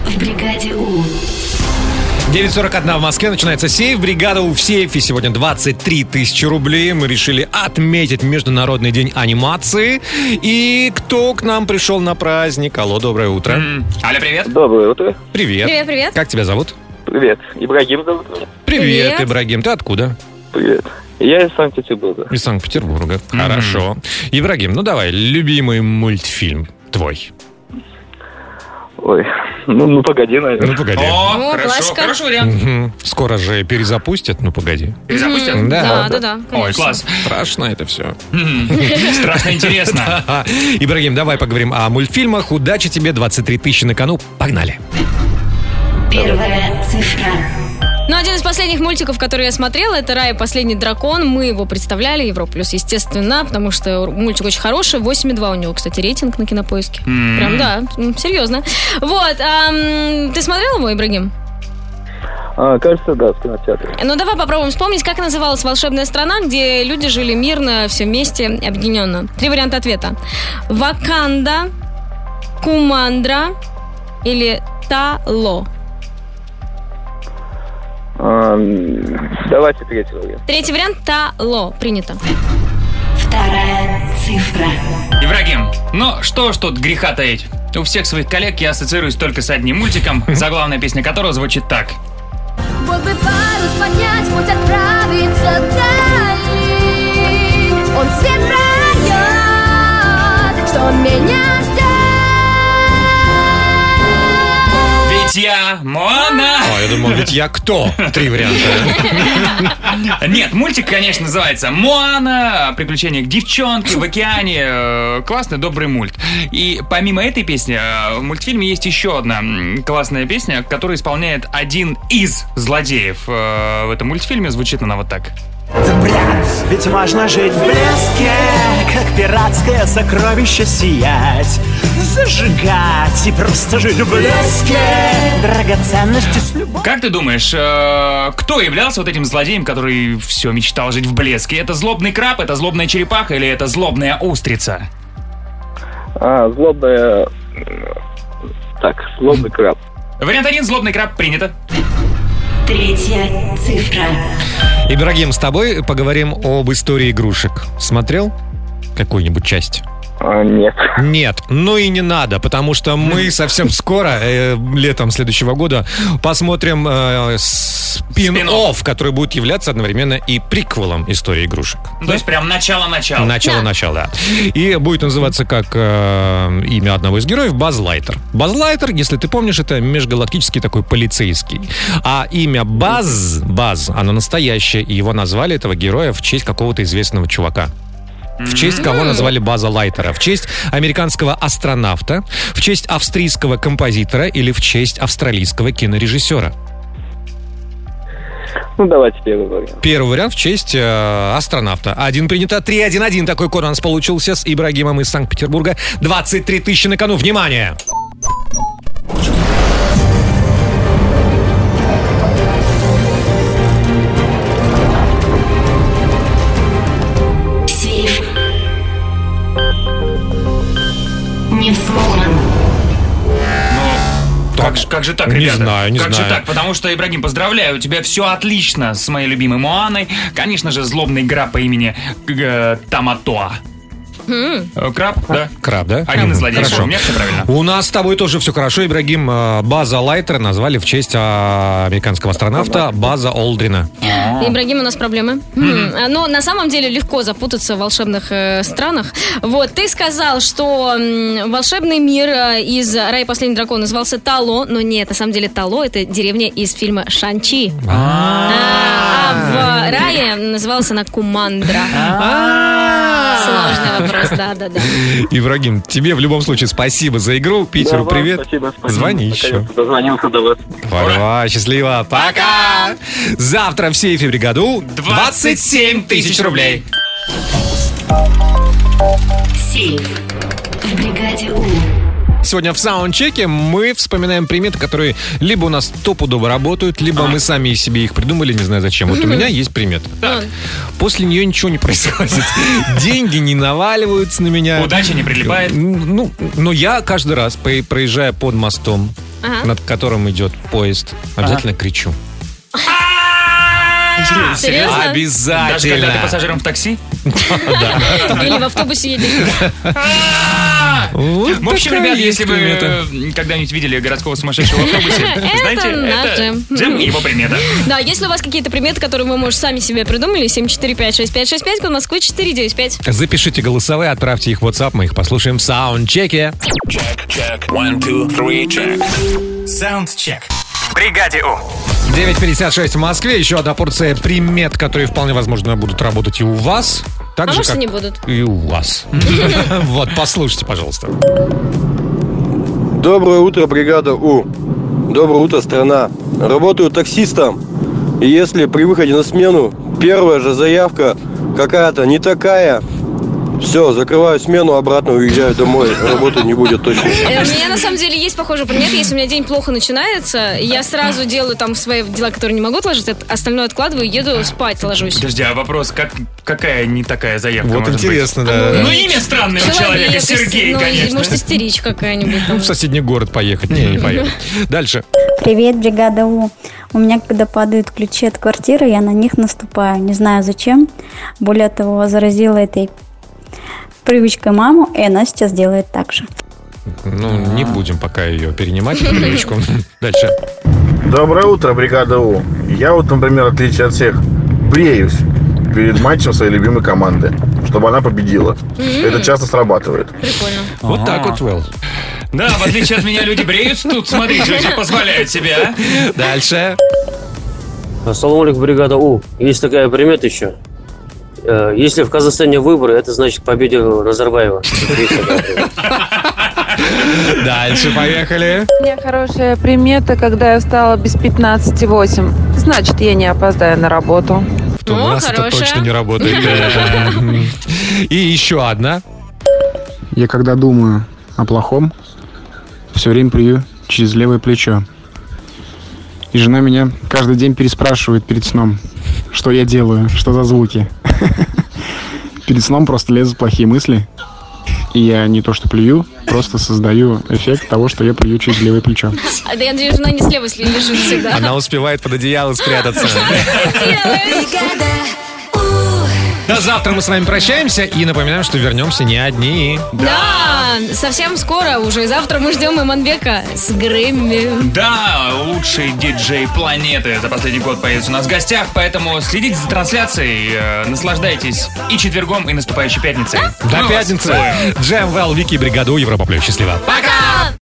[SPEAKER 7] В бригаде У.
[SPEAKER 3] 9.41 в Москве начинается сейф. Бригада у в сейфе сегодня 23 тысячи рублей. Мы решили отметить Международный день анимации. И кто к нам пришел на праздник? Алло, доброе утро.
[SPEAKER 4] Алло, привет.
[SPEAKER 10] Доброе утро.
[SPEAKER 3] Привет.
[SPEAKER 5] Привет, привет.
[SPEAKER 3] Как тебя зовут?
[SPEAKER 10] Привет. Ибрагим зовут меня.
[SPEAKER 3] Привет,
[SPEAKER 10] Привет.
[SPEAKER 3] Ибрагим. Ты откуда?
[SPEAKER 10] Привет. Я из Санкт-Петербурга.
[SPEAKER 3] Из Санкт-Петербурга. Хорошо. Ибрагим, ну давай, любимый мультфильм твой.
[SPEAKER 10] Ой, ну, ну погоди, наверное.
[SPEAKER 3] Ну погоди.
[SPEAKER 4] О, хорошо,
[SPEAKER 5] классика.
[SPEAKER 4] хороший вариант.
[SPEAKER 3] Мгм. Скоро же перезапустят, ну погоди.
[SPEAKER 4] Перезапустят?
[SPEAKER 5] Да, да, да,
[SPEAKER 4] Ой, класс.
[SPEAKER 3] Страшно это все.
[SPEAKER 4] Страшно интересно.
[SPEAKER 3] Ибрагим, давай поговорим о мультфильмах. Удачи тебе, 23 тысячи на кону. Погнали.
[SPEAKER 7] Первая цифра.
[SPEAKER 5] Ну, один из последних мультиков, который я смотрела, это «Рай и последний дракон». Мы его представляли, Европа плюс, естественно, потому что мультик очень хороший. 8,2 у него, кстати, рейтинг на кинопоиске.
[SPEAKER 10] М.
[SPEAKER 5] Прям, да, м, серьезно. Вот, а, м, ты смотрел его, Ибрагим?
[SPEAKER 10] А, кажется, да, в кинотеатре.
[SPEAKER 5] Ну, давай попробуем вспомнить, как называлась волшебная страна, где люди жили мирно, все вместе, объединенно. Три варианта ответа. Ваканда, Кумандра или Тало.
[SPEAKER 10] А, м, давайте третий вариант.
[SPEAKER 5] Третий вариант – Тало. Принято.
[SPEAKER 7] Вторая цифра.
[SPEAKER 4] Ибрагим, ну что ж тут греха таить? У всех своих коллег я ассоциируюсь только с одним мультиком, заглавная песня которого звучит так.
[SPEAKER 1] Вот бы парус поднять, путь отправиться вдали Он свет пройдет, что меня
[SPEAKER 4] Ведь я Моана!
[SPEAKER 3] А, я думал, ведь я кто? Три варианта.
[SPEAKER 4] Нет, мультик, конечно, называется «Моана», «Приключения девчонки в океане». Э, Классный, добрый мульт. И помимо этой песни, э, в мультфильме есть еще одна м, классная песня, которую исполняет один из злодеев. Э, В этом мультфильме звучит она вот так.
[SPEAKER 12] Ведь можно жить в блеске, как пиратское сокровище сиять, зажигать и просто жить в блеске. Драгоценности с любовью.
[SPEAKER 4] Как ты думаешь, э, кто являлся вот этим злодеем, который все мечтал жить в блеске? Это злобный краб, это злобная черепаха или это злобная устрица?
[SPEAKER 10] А, злобная... м, Так, злобный краб.
[SPEAKER 4] Вариант один, злобный краб, принято.
[SPEAKER 7] Третья цифра.
[SPEAKER 3] Ибрагим, с тобой поговорим об истории игрушек. Смотрел какую-нибудь часть?
[SPEAKER 10] А, Нет.
[SPEAKER 3] Нет, ну и не надо, потому что мы совсем скоро, э, летом следующего года, посмотрим э, спин-офф, который будет являться одновременно и приквелом истории игрушек.
[SPEAKER 4] Ну, То есть прям начало-начало.
[SPEAKER 3] Начало-начало, да. И будет называться как э, имя одного из героев Баз Лайтер. Баз Лайтер, если ты помнишь, это межгалактический такой полицейский. А имя Баз, Баз, оно настоящее, и его назвали этого героя в честь какого-то известного чувака. В честь кого назвали база Лайтера? В честь американского астронавта, в честь австрийского композитора или в честь австралийского кинорежиссера?
[SPEAKER 10] Ну, давайте первый вариант.
[SPEAKER 3] Первый вариант в честь э, астронавта. Один принято. 3-1-1. Такой код у нас получился с Ибрагимом из Санкт-Петербурга. 23 тысячи на кону. Внимание!
[SPEAKER 7] Сейф. Не взломан.
[SPEAKER 4] Как, же- как же так,
[SPEAKER 3] Не
[SPEAKER 4] ребята?
[SPEAKER 3] знаю, не
[SPEAKER 4] как
[SPEAKER 3] знаю.
[SPEAKER 4] же так? Потому что, Ибрагим, поздравляю, у тебя все отлично с моей любимой Моаной. Конечно же, злобная игра по имени э, Таматоа.
[SPEAKER 5] М.
[SPEAKER 4] Э, Краб, да?
[SPEAKER 3] Краб, да?
[SPEAKER 4] Один из
[SPEAKER 3] Мгм,
[SPEAKER 4] злодеев.
[SPEAKER 3] Хорошо.
[SPEAKER 4] У меня все правильно.
[SPEAKER 3] У нас с тобой тоже все хорошо, Ибрагим. Э, База Лайтера назвали в честь а, американского астронавта База Олдрина.
[SPEAKER 5] Ибрагим, у нас проблемы. М, а, Но на самом деле легко запутаться в волшебных э, странах. Вот, ты сказал, что м, волшебный мир э, из «Рай и последний дракон» назывался Тало, но нет, на самом деле Тало — это деревня из фильма «Шанчи».
[SPEAKER 3] А.
[SPEAKER 5] А в «Рае» называлась она Кумандра.
[SPEAKER 3] А.
[SPEAKER 5] Сложный вопрос, да-да-да.
[SPEAKER 3] Ибрагим, тебе в любом случае спасибо за игру. Питеру
[SPEAKER 10] вам
[SPEAKER 3] привет.
[SPEAKER 10] спасибо, спасибо.
[SPEAKER 3] Звони еще.
[SPEAKER 10] Дозвонился до вас.
[SPEAKER 3] Варвара, счастливо. Пока! Завтра в сейфе бригаду 27 тысяч рублей.
[SPEAKER 7] Сейф. В бригаде У.
[SPEAKER 3] Сегодня в саундчеке мы вспоминаем приметы, которые либо у нас топудово работают, либо мы сами себе их придумали, не знаю зачем. Вот у
[SPEAKER 4] Мгм.
[SPEAKER 3] меня есть примета.
[SPEAKER 4] Так.
[SPEAKER 3] После нее ничего не происходит. Деньги не наваливаются на меня.
[SPEAKER 4] Удача не прилипает.
[SPEAKER 3] Ну, но я каждый раз, по- проезжая под мостом,
[SPEAKER 5] Ага.
[SPEAKER 3] над которым идет поезд, обязательно кричу.
[SPEAKER 5] А, Серьезно?
[SPEAKER 3] Обязательно.
[SPEAKER 4] Даже когда ты пассажиром в такси?
[SPEAKER 5] Или в автобусе едешь.
[SPEAKER 4] В общем,
[SPEAKER 5] такая
[SPEAKER 4] ребят,
[SPEAKER 5] есть
[SPEAKER 4] если вы
[SPEAKER 5] примета.
[SPEAKER 4] э, когда-нибудь видели городского сумасшедшего в автобусе,
[SPEAKER 5] Это
[SPEAKER 4] знаете,
[SPEAKER 5] наш Джем.
[SPEAKER 4] это Джем и его примета.
[SPEAKER 5] Да, если у вас какие-то приметы, которые вы, может, сами себе придумали, 7456565, код Москвы 495.
[SPEAKER 3] Запишите голосовые, отправьте их в WhatsApp, мы их послушаем в саундчеке.
[SPEAKER 8] Саундчек. В бригаде У.
[SPEAKER 3] 9.56 в Москве. Еще одна порция примет, которые вполне возможно будут работать и у вас. Так
[SPEAKER 5] А
[SPEAKER 3] же,
[SPEAKER 5] может,
[SPEAKER 3] как
[SPEAKER 5] и не будут.
[SPEAKER 3] и у вас. Вот, послушайте, пожалуйста.
[SPEAKER 20] Доброе утро, бригада У. Доброе утро, страна. Работаю таксистом. И если при выходе на смену первая же заявка какая-то не такая, все, закрываю смену, обратно уезжаю домой. Работы не будет точно.
[SPEAKER 5] Э, У меня на самом деле есть похожий пример. Если у меня день плохо начинается, я сразу делаю там свои дела, которые не могу отложить, от- остальное откладываю, и еду спать, ложусь.
[SPEAKER 4] Подожди, а вопрос, как, какая не такая заявка
[SPEAKER 3] Вот
[SPEAKER 4] может быть?
[SPEAKER 3] интересно, да.
[SPEAKER 4] Ну, имя странное у человека,
[SPEAKER 5] Человек,
[SPEAKER 4] Сергей,
[SPEAKER 5] ну, и,
[SPEAKER 4] конечно.
[SPEAKER 5] Может, истеричь какая-нибудь.
[SPEAKER 3] Ну, в соседний город поехать. Не, не поеду. Дальше.
[SPEAKER 28] Привет, бригада У. У меня, когда падают ключи от квартиры, я на них наступаю. Не знаю зачем. Более того, заразила этой привычкой маму, и она сейчас делает так же.
[SPEAKER 3] Ну, не будем пока ее перенимать, эту привычку. Дальше.
[SPEAKER 29] Доброе утро, бригада У. Я вот, например, в отличие от всех, бреюсь перед матчем своей любимой команды, чтобы она победила. Это часто срабатывает.
[SPEAKER 5] Прикольно.
[SPEAKER 3] Вот так вот, Уэлл.
[SPEAKER 4] Да, в отличие от меня, люди бреются тут, смотрите, люди позволяют себе, а?
[SPEAKER 3] Дальше.
[SPEAKER 30] Ассаламу алейкум, бригада У. Есть такая примета еще. Э, Если в Казахстане выборы, это значит к победе Назарбаева.
[SPEAKER 3] Дальше поехали.
[SPEAKER 27] У меня хорошая примета, когда я встала без 15,8. Значит, я не опоздаю на работу.
[SPEAKER 3] То у нас это точно не работает. Да. И еще одна.
[SPEAKER 31] Я когда думаю о плохом, все время плюю через левое плечо. И жена меня каждый день переспрашивает перед сном, что я делаю, что за звуки. Перед сном просто лезут плохие мысли. И я не то что плюю, просто создаю эффект того, что я плюю через левое плечо.
[SPEAKER 5] А, Да я надеюсь, жена не слева сли- лежит всегда.
[SPEAKER 3] Она успевает под одеяло спрятаться. До завтра мы с вами прощаемся и напоминаем, что вернемся не одни.
[SPEAKER 5] Да, совсем скоро уже. Завтра мы ждем Иманбека с Грэмми.
[SPEAKER 4] Да, лучший диджей планеты за последний год появится у нас в гостях, поэтому следите за трансляцией, э, наслаждайтесь и четвергом, и наступающей пятницей. Ну, Мы
[SPEAKER 3] До
[SPEAKER 4] вас
[SPEAKER 3] пятницы.
[SPEAKER 4] целуем.
[SPEAKER 3] Джем Вел, Вики, Бригаду, Европа Плюс. Счастливо.
[SPEAKER 4] Пока!